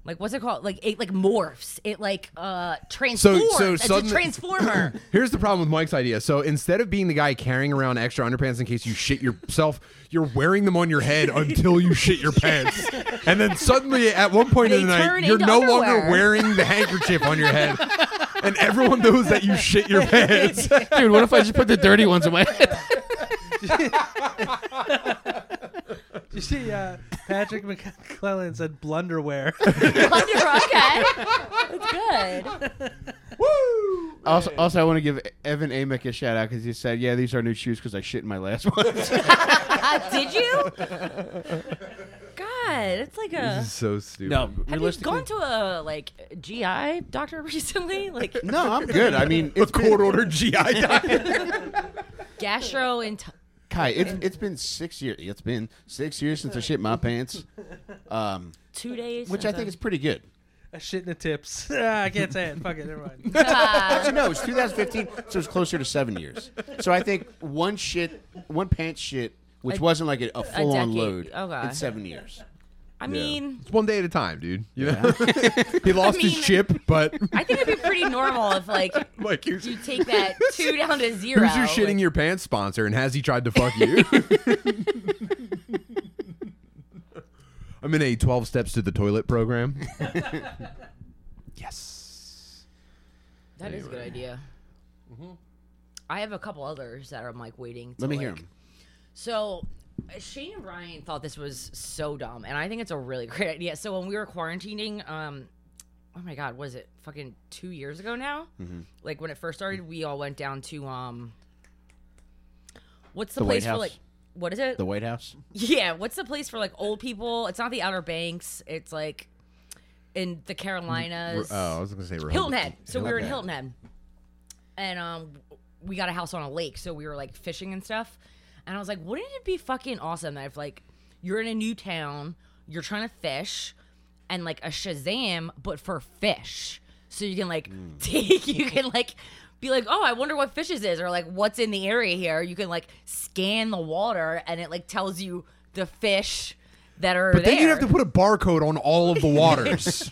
C: Like what's it called? Like it like morphs. It like uh transforms.
B: so
C: it's
B: suddenly-
C: a transformer.
B: Here's the problem with Mike's idea. So instead of being the guy carrying around extra underpants in case you shit yourself, you're wearing them on your head until you shit your pants. And then suddenly at one point in
C: They
B: the
C: turn
B: night, you're
C: into
B: no longer
C: underwear.
B: wearing the handkerchief on your head. And everyone knows that you shit your pants.
A: Dude, what if I just put the dirty ones in my head?
D: You see, uh, Patrick McClellan said blunderware.
C: okay. That's good.
A: Also, also, I want to give Evan Amick a shout out because he said, "Yeah, these are new shoes because I shit in my last one."
C: Uh, did you? God, it's like a.
B: so stupid.
C: Have you gone to a like GI doctor recently? Like
A: no, I'm good. I mean,
B: A
A: it's been-
B: court ordered GI diet.
C: gastro and
A: Kai, it's, it's been six years. It's been six years since I shit my pants, um,
C: Two days.
A: which I think is pretty good.
D: I shit in the tips. Ah, I can't say it. Fuck it. Never mind.
A: Actually, no, it's 2015, so it's closer to seven years. So I think one shit, one pants shit, which wasn't like a, a full on
C: decade. Oh,
A: load,
C: Okay.
A: in seven years.
C: I mean,
B: It's one day at a time, dude. You know? he lost his
C: mean-
B: chip, but
C: I think it'd be pretty normal if like
B: like here's,
C: you take that two down to zero.
B: here's your shitting your pants sponsor, and has he tried to fuck you? I'm in a 12 steps to the toilet program. yes.
C: That is a good idea. I have a couple others that I'm like waiting.
A: Mm-hmm.
C: To,
A: Let me
C: like,
A: hear him.
C: So Shane and Ryan thought this was so dumb, and I think it's a really great idea. So when we were quarantining, um, oh my god, was it fucking two years ago now?
A: Mm-hmm.
C: Like when it first started, we all went down to um, what's the,
A: The White
C: place for
A: House?
C: like what is it?
A: The White House.
C: yeah, what's the place for like old people? It's not the Outer Banks. It's like in the
B: Oh,
C: Carolinas.
A: uh,
B: I was gonna say
C: Hilton Head. So we were in
A: Head.
C: Hilton Head, and um, we got a house on a lake, so we were like fishing and stuff. And I was like, wouldn't it be fucking awesome that if like you're in a new town, you're trying to fish, and like a Shazam, but for fish, so you can like
B: Mm.
C: take, you can like. Be like, oh, I wonder what fishes is, or like, what's in the area here. You can like scan the water, and it like tells you the fish that are
B: But
C: there.
B: then you'd have to put a barcode on all of the waters.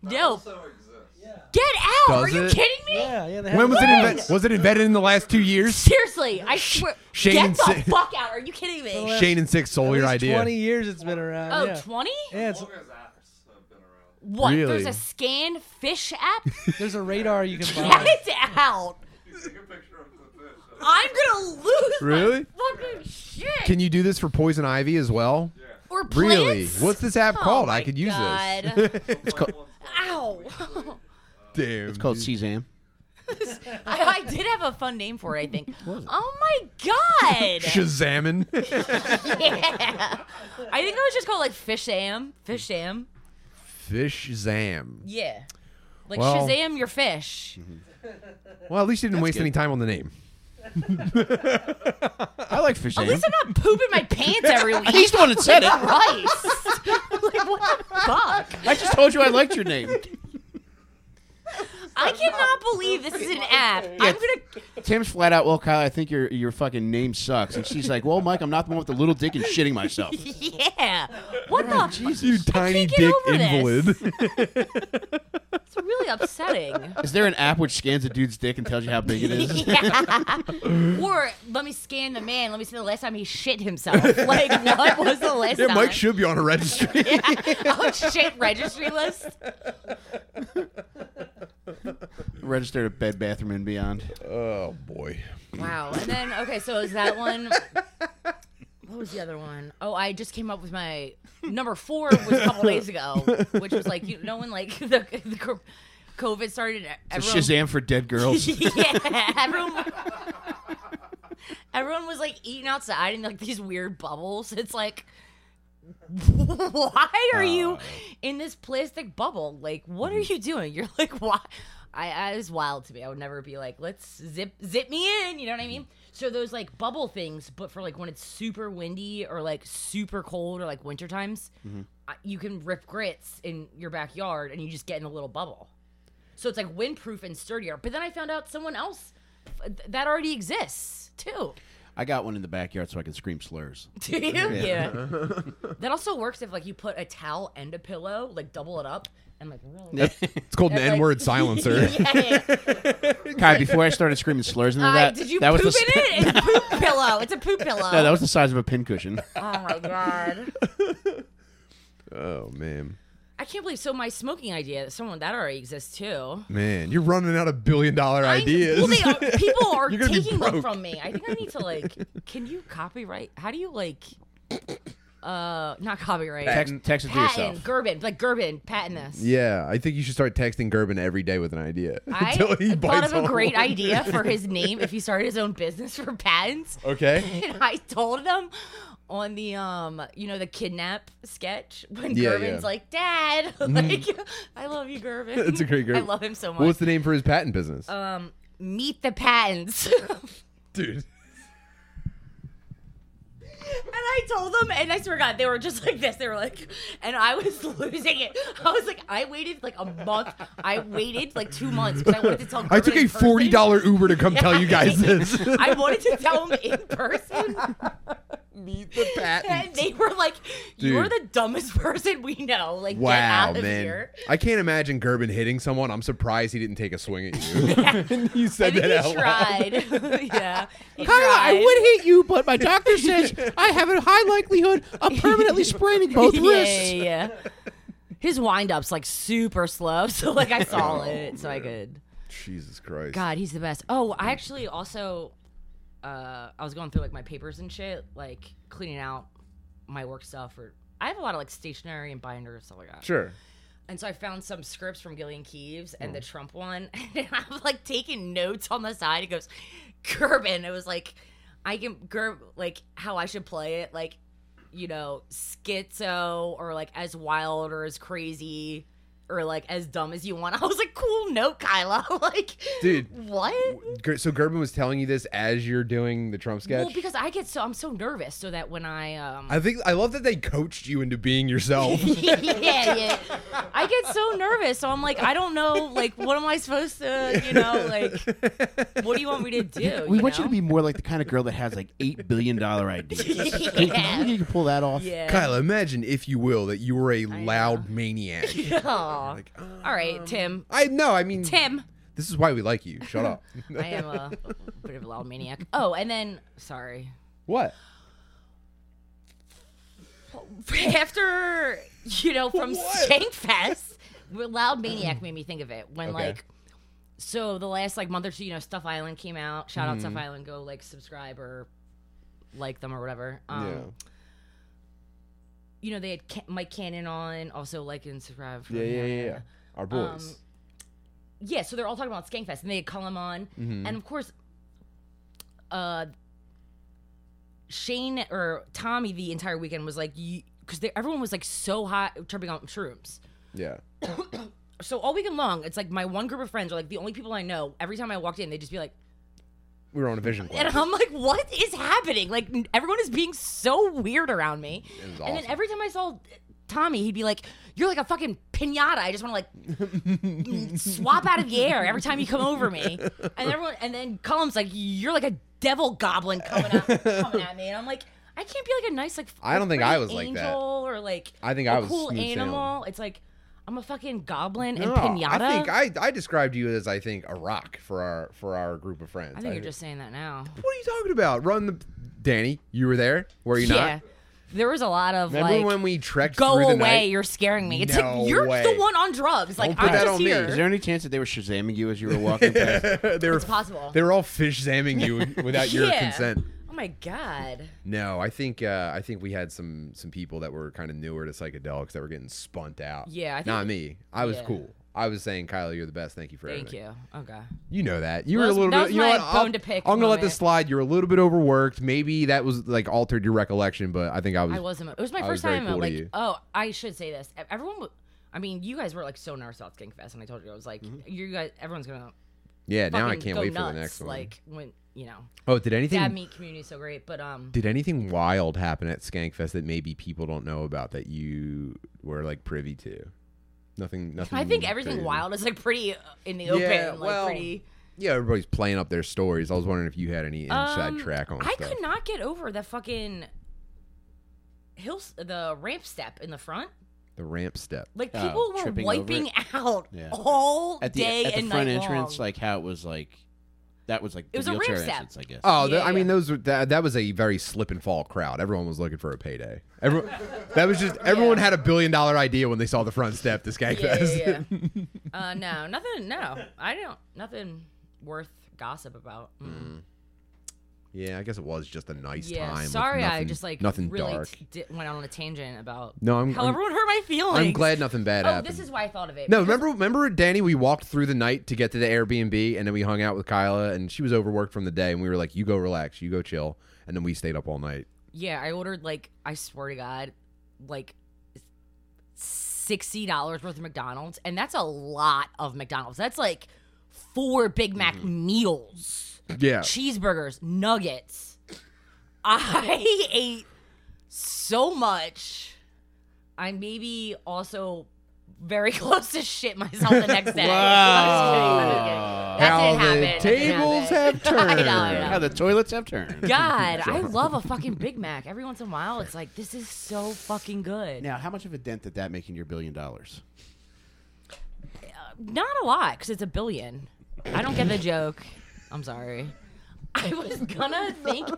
C: no,
E: Also exists.
C: get out!
B: Does
C: are you
B: it?
C: kidding me?
D: yeah, yeah. They
B: when
D: have-
B: was it invented? Was it invented in the last two years?
C: Seriously, I swear.
B: Shane
C: get the
B: said-
C: fuck out. Are you kidding me?
B: Shane and Six
D: At
B: stole your
D: least
B: idea.
D: Twenty years it's been around.
C: Oh,
D: yeah.
C: 20?
D: yeah,
E: As
D: it's,
E: long as apps have been around.
C: What?
B: Really?
C: There's a scan fish app?
D: there's a radar you can buy.
C: Get it out.
E: You take a picture of the fish. uh,
C: I'm going to lose
B: Really?
C: my fucking shit.
B: Can you do this for poison ivy as well?
E: yeah.
C: or plants?
B: Really? What's this app
C: Oh
B: called? I
C: my
B: could use
C: God.
B: this.
E: It's
A: called-
C: Ow.
B: Damn.
A: It's called Cezanne.
C: I, I did have a fun name for it, I think. Oh my God.
B: Shazamin.
C: yeah. I think it was just called like Fish Am. Fish Am.
B: Fish Zam.
C: Yeah. Like
B: Well-
C: Shazam your fish.
B: Well, at least you didn't waste
A: good.
B: any time on the name.
A: I like fish.
C: At least I'm not pooping my pants every week.
A: He's the one that said it.
C: Christ. like, what the fuck?
A: I just told you I liked your name.
C: I cannot believe this is an app. I'm gonna.
A: Tim's flat out. Well, Kyle, I think your your fucking name sucks. And she's like, Well, Mike, I'm not the one with the little dick and shitting myself.
C: Yeah. What the? f-
A: Jesus.
B: Tiny
C: get
B: dick
C: over
B: invalid.
C: this. It's really upsetting.
A: Is there an app which scans a dude's dick and tells you how big it is?
C: Yeah. Or let me scan the man. Let me see the last time he shit himself. Like what was the last
B: yeah,
C: time?
B: Mike should be on a registry.
C: oh shit! Registry list.
A: Registered at Bed Bath and Beyond.
B: oh boy.
C: Wow. Oh, And then okay, so is that one? What was the other one? Oh, I just came up with my number four was a couple days ago, which was like you know when like the, the co- COVID started.
A: It's
C: everyone-
A: Shazam for dead girls.
C: yeah, everyone. everyone was like eating outside in like these weird bubbles. It's like, why are you in this plastic bubble? Like, what are you doing? You're like, why? I, I it was wild to me. I would never be like, let's zip zip me in. You know what I mean? So those like bubble things, but for like when it's super windy or like super cold or like winter times, I- you can rip grits in your backyard and you just get in a little bubble. So it's like windproof and sturdier. But then I found out someone else th- that already exists too.
A: I got one in the backyard so I can scream slurs.
C: Do you? Yeah. that also works if like you put a towel and a pillow, like double it up and like roll it.
B: It's called an
C: That's like-
B: N-word silencer.
C: Yeah, yeah, yeah.
A: Kai, before I started screaming slurs into
C: Uh,
A: that,
C: did you
A: that
C: poop
A: was the
C: in it? It's a poop pillow. It's a poop pillow.
A: No, that was the size of a pincushion.
C: oh my god.
B: Oh man.
C: I can't believe so my smoking idea, someone that already exists too.
B: Man, you're running out of billion dollar
C: I-
B: ideas.
C: Well, they are, people are
B: You're gonna be
C: taking them
B: broke.
C: from me. I think I need to like. Can you copyright? How do you like? Uh, not copyright.
A: Text, text it to
C: Patent,
A: yourself.
C: Gerbin, like Gerbin, patent this.
B: yeah, I think you should start texting Gerben every day with an idea.
C: I
B: until he
C: thought
B: bites
C: of a
B: on
C: great
B: one.
C: idea for his name if he started his own business for patents.
B: Okay.
C: And I told him on the um, you know, the kidnap sketch when
B: Yeah,
C: Gerbin's
B: yeah. Mm-hmm.
C: like, Dad, like I love you, Gerbin.
B: That's a great
C: I
B: Gerben.
C: love him so much.
B: What's the name for his patent
C: Oh.
B: business?
C: um, meet the patents.
B: Dude.
C: I told them, and I swear to God, they were just like this. They were like, and I was losing it. I was like, I waited like a month. I waited like two months because I wanted to tell.
B: I took
C: Gerben in
B: a forty
C: person.
B: dollar Uber to come tell you guys this.
C: I wanted to tell them in person,
B: Meet the
C: and they were like, "You're
B: Dude.
C: the dumbest person we know. Like, get
B: Wow,
C: out of
B: man!
C: here."
B: I can't imagine Gerben hitting someone. I'm surprised he didn't take a swing at you. and you
C: I
B: said
C: think
B: that out
C: he
B: loud.
C: tried. yeah, he
A: Carla, I
C: tried.
A: would hit you, but my doctor says I have a high likelihood of permanently spraining both
C: yeah,
A: wrists.
C: Yeah, yeah. His wind up's like super slow, so like I
B: Oh,
C: saw it, so I could.
B: Jesus Christ!
C: God, he's the best. Oh, I actually also, uh, I was going through like my papers and shit, like cleaning out my work stuff. Or I have a lot of like stationery and binder and stuff like that.
B: Sure.
C: And so I found some scripts from Gillian Keeves and the Trump one, and I'm like taking notes on the side. It goes, Gerben. It was like, I can Gerb like how I should play it, like, you know, schizo or like as wild or as crazy or like as dumb as you want. I was like, cool note, Kyla. like,
B: Dude.
C: what?
B: Ger- So Gerben was telling you this as you're doing the Trump sketch.
C: Well, because I get so I'm so nervous, so that when I um.
B: I think I love that they coached you into being yourself.
C: yeah, yeah. I get so nervous, so I'm like, I don't know, like, what am I supposed to, you know, like, what do you want me to do?
A: We want you
C: know?
A: to be more like the kind of girl that has like eight billion dollar ideas. Do you
C: yeah.
A: think you can pull that off?
C: yeah.
B: Kyla, imagine if you will that you were a loud maniac.
C: Aw. All right, Tim.
B: I no, I mean
C: Tim.
B: This is why we like you. Shut up.
C: I am a bit of a loud maniac. Oh, and then sorry.
B: what?
C: After you know from
B: What?
C: Skankfest, loud maniac made me think of it when
B: Okay.
C: like. So the last like month or two, you know, Stuff Island came out. Shout out Stuff
B: Mm-hmm.
C: Island. Go like subscribe or like them or whatever. Um, you know, they had Ca- Mike Cannon on, also like and subscribe. from
B: yeah. Yeah, yeah,
C: him.
B: yeah, yeah. Our
C: um,
B: boys.
C: Yeah, so they're all talking about Skankfest, and they had Cullum on,
B: Mm-hmm.
C: and of course, uh, Shane or Tommy the entire weekend was like, because everyone was like so hot tripping on shrooms.
B: yeah.
C: So all weekend long, it's like my one group of friends are like the only people I know. Every time I walked in, they'd just be like,
B: We were on a vision quest.
C: and I'm like, what is happening? Like n- everyone is being so weird around me.
B: It was
C: And then
B: awesome.
C: every time I saw uh, Tommy, he'd be like, "You're like a fucking pinata. I just want to like swap out of the air every time you come over me." And everyone, and then Colum's like, "You're like a devil goblin coming at, coming at me," and I'm like. I can't be like a nice like
B: I don't think
C: pretty
B: I was like that.
C: angel or like
B: I think
C: a
B: I was
C: cool
B: smooth sailing.
C: animal. It's like I'm a fucking goblin and
B: No,
C: pinata.
B: Oh, I think I, I described you as I think a rock for our for our group of friends.
C: I think you're just saying that now.
B: What are you talking about? Run the Danny, you were there. Were you
C: Yeah,
B: not?
C: there was a lot of
B: Remember
C: like
B: when we trekked
C: go
B: through the
C: away.
B: night?
C: You're scaring me. It's
B: No
C: like you're
B: way.
C: the one on drugs. Like
B: Don't put
C: I'm
B: that
C: just
B: on me.
C: here.
A: Is there any chance that they were shazamming you as you were walking past?
B: they were
C: It's possible.
B: they were all fish zamming you without your
C: Yeah.
B: consent.
C: Oh my god.
B: No, I think uh, I think we had some some people that were kind of newer to psychedelics that were getting spunt out.
C: Yeah, I think-
B: not me. I was
C: yeah.
B: cool. I was saying, Kyla, you're the best. Thank you for
C: Thank
B: everything.
C: you. Okay.
B: You know that. You
C: That
B: were
C: was-
B: a little
C: that
B: bit.
C: was
B: You know
C: my
B: what? I'll-
C: bone to pick
B: I'm gonna let
C: moment.
B: this slide. You're a little bit overworked. Maybe that was like altered your recollection, but I think I was.
C: I wasn't. It was my
B: I
C: first
B: was very
C: time.
B: cool to
C: like,
B: you.
C: oh, I should say this. Ev- Everyone. w- I mean, you guys were like so nervous about Skankfest, and I told you I was like, you guys, everyone's gonna.
B: Mm-hmm. yeah. Now I
C: fucking
B: can't
C: go
B: wait for
C: nuts,
B: the next one.
C: Like when you know
B: oh, did anything?
C: that meat community is so great, but um,
B: Did anything wild happen at Skankfest that maybe people don't know about that you were like privy to? Nothing. Nothing.
C: I think everything
B: crazy.
C: wild is like pretty uh, in the open. like
B: well,
C: pretty.
B: Yeah, everybody's playing up their stories. I was wondering if you had any inside
C: Um,
B: track on
C: I
B: stuff.
C: could not get over the fucking hill, the ramp step in the front.
B: The ramp step.
C: Like
A: Oh,
C: people were
A: tripping over
C: wiping
A: it.
C: out
A: Yeah.
C: all
A: at the
C: day
A: at the
C: and
A: front
C: night
A: entrance,
C: long.
A: like how it was like that was like the
C: was a ramp
A: wheelchair
C: step.
A: entrance, I guess.
B: Oh,
C: Yeah,
B: th- I mean,
C: yeah.
B: those were, that, that was a very slip and fall crowd. Everyone was looking for a payday. Everyone, that was just everyone had a billion dollar idea when they saw the front step to Skankfest.
C: yeah, yeah, yeah. uh, no, nothing. No, I don't. Nothing worth gossip about. Mm.
B: Yeah, I guess it was just a nice
C: Yeah,
B: time. with
C: sorry, I
B: nothing-
C: just like
B: nothing
C: really
B: dark.
C: t- di- went on a tangent about
B: No, I'm-
C: how
B: I'm-
C: everyone hurt my feelings.
B: I'm glad nothing bad
C: Oh,
B: happened.
C: this is why I thought of it.
B: No,
C: because-
B: remember, remember, Danny. We walked through the night to get to the Airbnb, and then we hung out with Kyla, and she was overworked from the day, and we were like, "You go relax, you go chill," and then we stayed up all night.
C: Yeah, I ordered like I swear to God, like sixty dollars worth of McDonald's, and that's a lot of McDonald's. That's like four Big Mac meals.
B: Yeah,
C: cheeseburgers, nuggets. I ate so much. I maybe also very close to shit myself the next day.
A: Wow.
C: That didn't
B: How the
C: happen. That didn't
B: tables
C: happen.
B: have turned.
C: I know, I know.
A: How the toilets have turned.
C: God, I love a fucking Big Mac. Every once in a while, it's like this is so fucking good.
A: Now, how much of a dent did that make in your billion dollars?
C: Not a lot, because it's a billion. I don't get the joke. I'm sorry. I was gonna think.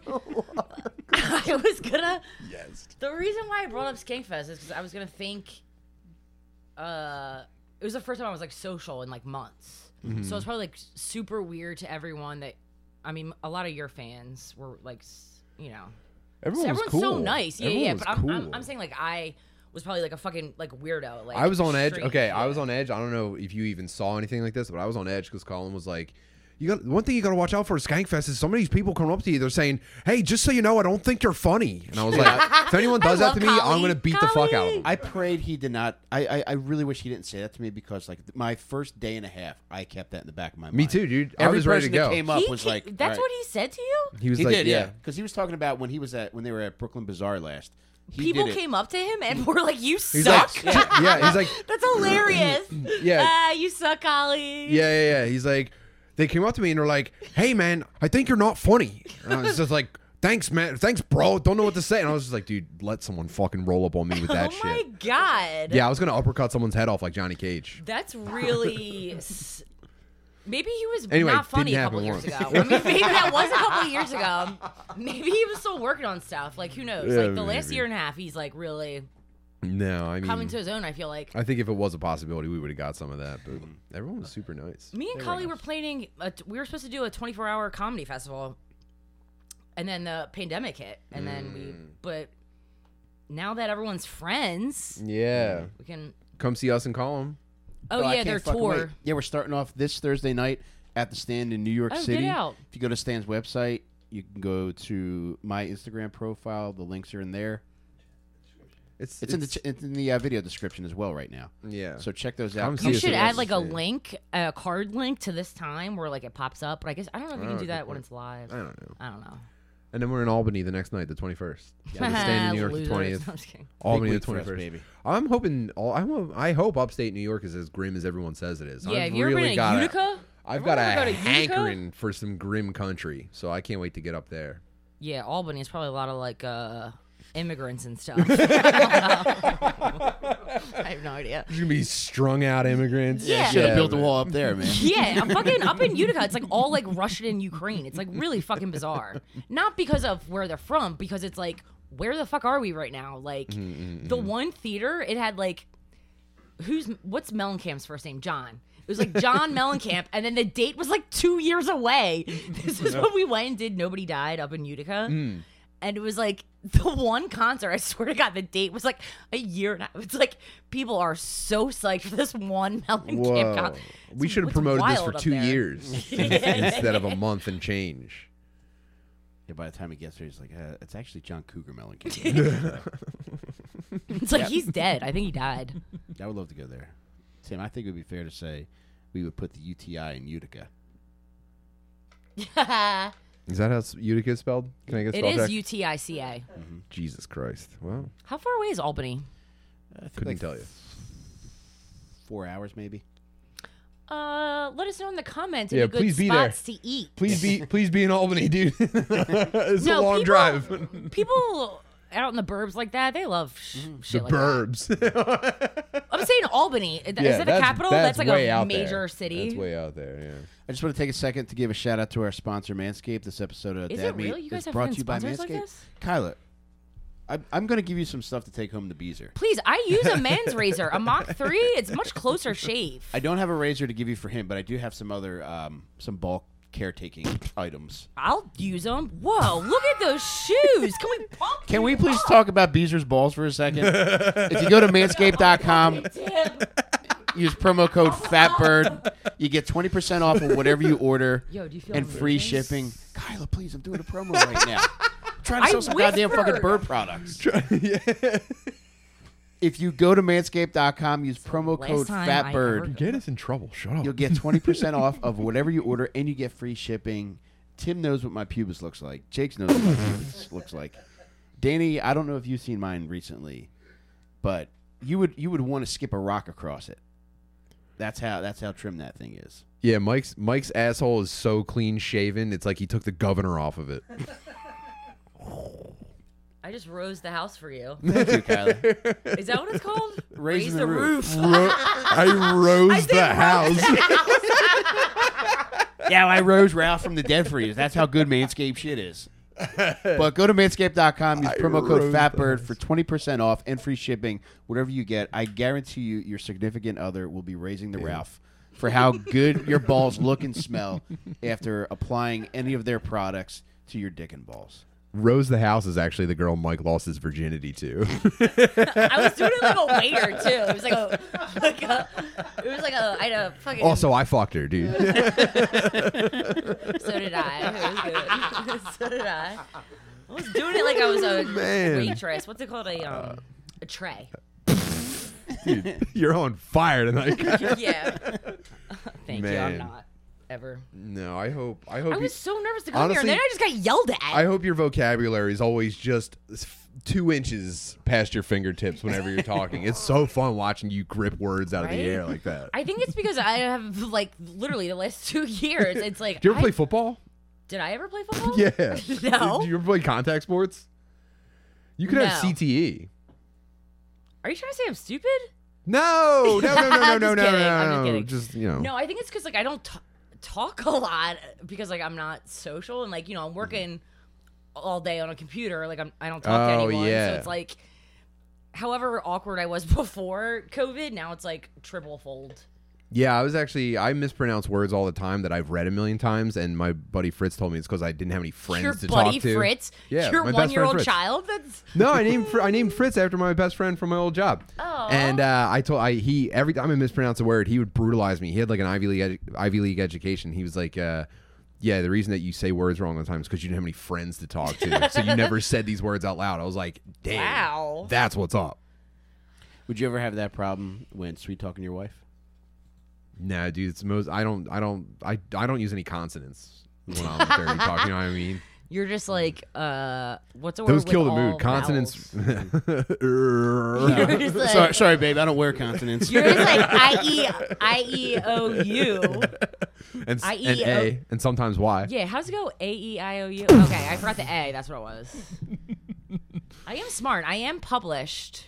C: I was gonna.
A: Yes.
C: The reason why I brought up Skankfest is because I was gonna think. Uh, it was the first time I was like social in like months, so it's probably like super weird to everyone that, I mean, a lot of your fans were like, s- you know,
B: Everyone was
C: everyone's so
B: cool.
C: nice. Yeah,
B: Everyone
C: yeah.
B: was
C: But I'm, I'm,
B: cool.
C: I'm saying like I was probably like a fucking like weirdo. Like
B: I was on edge.
C: straight-
B: Okay, I
C: yeah.
B: was on edge. I don't know if you even saw anything like this, but I was on edge because Colin was like, "You got one thing you got to watch out for at Skankfest is some of these people come up to you. They're saying, "Hey, just so you know, I don't think you're funny." And I was like, "If anyone does
C: I
B: that to me,
C: love
B: I'm
C: Colleen.
B: gonna beat the fuck out of them."
A: I prayed he did not. I, I, I really wish he didn't say that to me because like my first day and a half, I kept that in the back of my mind.
B: Me too, dude. I
A: Every
B: was ready to
A: person that
B: go.
A: came up
C: He
A: was
C: ca-
A: like,
C: that's
A: "All
C: what
A: right."
C: he said to you.
B: He was
A: He
B: like,
A: did,
B: "Yeah."
A: yeah, because he was talking about when he was at when they were at Brooklyn Bazaar last. He
C: People
A: did it.
C: came up to him and were like, "You
B: He's
C: suck."
B: like, yeah. He's like,
C: That's hilarious.
B: Yeah.
C: Ah, you suck, Ollie.
B: yeah, yeah, yeah. He's like, they came up to me and they're like, "Hey, man, I think you're not funny." And I was just like, "Thanks, man. Thanks, bro. Don't know what to say." And I was just like, "Dude, let someone fucking roll up on me with that
C: oh
B: shit."
C: my god.
B: Yeah, I was gonna uppercut someone's head off like Johnny Cage.
C: That's really. s- Maybe he was
B: Anyway,
C: not funny
B: didn't
C: a couple
B: happen
C: years ago.
B: once.
C: I mean, maybe that was a couple years ago. Maybe he was still working on stuff. Like who knows?
B: Yeah,
C: like the last
B: maybe.
C: year and a half, he's like really
B: No, I mean,
C: coming to his own. I feel like.
B: I think if it was a possibility, we would have got some of that. But everyone was super nice.
C: Me and Collie were planning. A, we were supposed to do a 24-hour comedy festival, and then the pandemic hit, and then we.
B: Mm.
C: But now that everyone's friends,
B: Yeah,
C: we can.
B: come see us and call them.
C: Oh
A: I
C: yeah,
A: can't
C: their
A: fucking
C: tour.
A: wait. Yeah, we're starting off this Thursday night at the stand in New York
C: Oh, get
A: City.
C: out.
A: If you go to Stan's website, you can go to my Instagram profile. The links are in there. It's, in the ch- it's in the uh, video description as well right now.
B: yeah.
A: So
B: So
A: check those
B: Come
A: out.
B: see
C: You
B: Yeah,
C: should
B: so
C: add
B: that's
C: like a
B: the-
C: link, a card link to this time where like it pops up. But I guess I don't know if you can
B: Oh,
C: do
B: good
C: that when
B: point.
C: it's live.
B: I don't know.
C: I don't know.
B: And then we're in Albany the next night, the twenty first. Yeah, the stand in New York the
C: Losers.
B: twentieth.
C: I'm just kidding.
B: Albany the
A: week for
B: twenty
A: us,
B: first.
A: baby.
B: I'm hoping. all- I'm, ho- I hope upstate New York is as grim as everyone says it is.
C: Yeah,
B: I've
C: have you ever
B: really
C: been
B: got
C: to
B: a-
C: Utica?
B: I've
C: Everyone
B: got a
C: ever go to Utica?
B: hankering for some grim country, so I can't wait to get up there.
C: Yeah, Albany is probably a lot of like uh, immigrants and stuff. I have no idea.
B: There's gonna be strung out immigrants.
C: Yeah.
A: Should have
B: Yeah,
A: built a
B: man.
A: wall up there, man.
C: Yeah, I'm fucking up in Utica. It's like all like Russian and Ukraine. It's like really fucking bizarre. Not because of where they're from, because it's like where the fuck are we right now? Like the one theater, it had like who's what's Mellencamp's first name? John. It was like John Mellencamp, and then the date was like two years away. This is when we went and did Nobody Died up in Utica. And it was like the one concert, I swear to God, the date was like a year and a It's like people are so psyched for this one Mellencamp
B: Whoa.
C: concert.
B: We
C: It's-
B: should have
C: it's
B: promoted this
C: wild
B: for
C: up
B: two
C: there.
B: years instead of a month and change.
A: Yeah, by the time he gets there, he's like, uh, it's actually John Cougar Mellencamp.
C: It's like he's dead. I think he died.
A: I would love to go there. Tim, I think it would be fair to say we would put the UTI in Utica.
C: it
B: Is that how s- Utica is spelled? Can I get spell
C: is
B: check?
C: UTICA.
B: Jesus Christ. Well,
C: How far away is Albany?
A: I think
B: couldn't
A: like
B: tell you.
A: Four hours, maybe.
C: Uh, let us know in the comments.
B: Yeah,
C: any good
B: please be there.
C: spots to eat.
B: Please be please be in Albany, dude. it's a
C: No,
B: long
C: people-
B: drive.
C: People out in the burbs like that, they love sh- shit.
B: the
C: like that.
B: burbs.
C: I'm saying Albany. Is that the capital? That's, like
B: way
C: a
B: out
C: major
B: there.
C: city.
B: That's way out there, yeah.
A: I just want to take a second to give a shout out to our sponsor, Manscaped. This episode of
C: Is
A: Dad
C: it real?
A: Meat
C: You guys
A: is
C: have
A: brought
C: freaking
A: to you by Manscaped.
C: sponsors like this?
A: Kyla, I, I'm going to give you some stuff to take home to Beezer.
C: Please, I use a man's razor, a Mach 3. It's much closer shave.
A: I don't have a razor to give you for him, but I do have some other um, some bulk caretaking items.
C: I'll use them. Whoa, look at those shoes. Can we pump
A: Can we please talk about Beezer's balls for a second? if you go to
B: um,
A: manscaped.com,
C: Tim?
A: use promo code
C: Oh
A: FATBIRD, you get 20% off of whatever you order
C: Yo, do you feel
A: and free
C: amazing?
A: shipping. Kyla, please, I'm doing a promo right now. trying to
C: I
A: sell some goddamn fucking
C: whispered.
A: bird products. If you go to manscaped.com, use promo
C: Last
A: code
C: time I
A: FATBIRD.
C: ever-
B: Get us in trouble. Shut up.
A: You'll get 20% off of whatever you order and you get free shipping. Tim knows what my pubis looks like. Jake's knows what my pubis looks like. Danny, I don't know if you've seen mine recently, but you would you would want to skip a rock across it. That's how that's how trim that thing is.
B: Yeah, Mike's Mike's asshole is so clean shaven. It's like he took the governor off of it.
C: I just rose the house for you.
A: Thank you, Kyler.
C: Is that what it's called?
A: Raising
C: Raise
A: the
C: the roof.
B: Ro- I rose
C: I said
B: the
C: rose
B: house.
A: yeah, I rose Ralph from the dead for you. That's how good Manscaped shit is. But go to manscaped.com, use promo code
B: rose
A: FATBIRD for 20% off and free shipping. Whatever you get, I guarantee you your significant other will be raising the Ralph for how good your balls look and smell after applying any of their products to your dick and balls.
B: Rose the house is actually the girl Mike lost his virginity to.
C: I was doing it like a waiter too. It was like a, like a it was like a I had a fucking.
B: also, I fucked her, dude.
C: so did I. It was good. so did I. I was doing it like I was a
B: Man. Uh.
C: waitress. What's it called? A um, a tray.
B: You're on fire tonight.
C: Yeah. Thank you.
B: Man.
C: I'm not ever.
B: no, I hope I hope
C: I
B: you-
C: was so nervous to come here,
B: Honestly,
C: and then I just got yelled at.
B: I hope your vocabulary is always just f- two inches past your fingertips whenever you're talking. it's so fun watching you grip words out of
C: Right?
B: the air like that.
C: I think it's because I have like literally the last two years. It's like
B: Do you ever
C: I-
B: play football?
C: Did I ever play football?
B: Yeah.
C: No.
B: Do you ever play contact sports? You could have E.
C: No.
B: CTE.
C: Are you trying to say I'm stupid?
B: No, no, no, no, no,
C: I'm
B: no, no, no,
C: just kidding.
B: no,
C: I'm just
B: no.
C: kidding.
B: Just you know.
C: No, I think it's because like I don't t- talk a lot because like I'm not social and like you know I'm working all day on a computer. Like I'm I don't talk
B: Oh,
C: to anyone,
B: yeah.
C: so it's like, however awkward I was before COVID, now it's like triple fold.
B: Yeah, I was actually I mispronounce words all the time that I've read a million times, and my buddy Fritz told me it's because I didn't have any friends
C: Your
B: to
C: buddy
B: talk to.
C: Fritz,
B: Yeah,
C: your
B: my best friend
C: one-year-old
B: Fritz.
C: child. That's
B: No, I named Fr- I named Fritz after my best friend from my old job.
C: Aw.
B: And uh, I told I he every time I mispronounced a word, he would brutalize me. He had like an Ivy League edu- Ivy League education. He was like, uh, "Yeah, the reason that you say words wrong all the time is because you didn't have any friends to talk to, so you never said these words out loud." I was like, "Damn,
C: Wow.
B: that's what's up."
A: Would you ever have that problem when sweet talking your wife?
B: No, dude, it's most I don't I don't I, I don't use any consonants when I'm dirty talk. You know what I mean?
C: you're just like uh, what's a word?
B: Those
C: with
B: kill the
C: all
B: mood. Consonants.
C: vowels? You're just like,
A: sorry, sorry, babe. I don't wear consonants.
C: You're just like I E I E O U.
B: and, s-
C: I, E,
B: and A
C: O.
B: and sometimes Y.
C: Yeah, how's it go? A E I O U. Okay, I forgot the A. That's what it was. I am smart. I am published.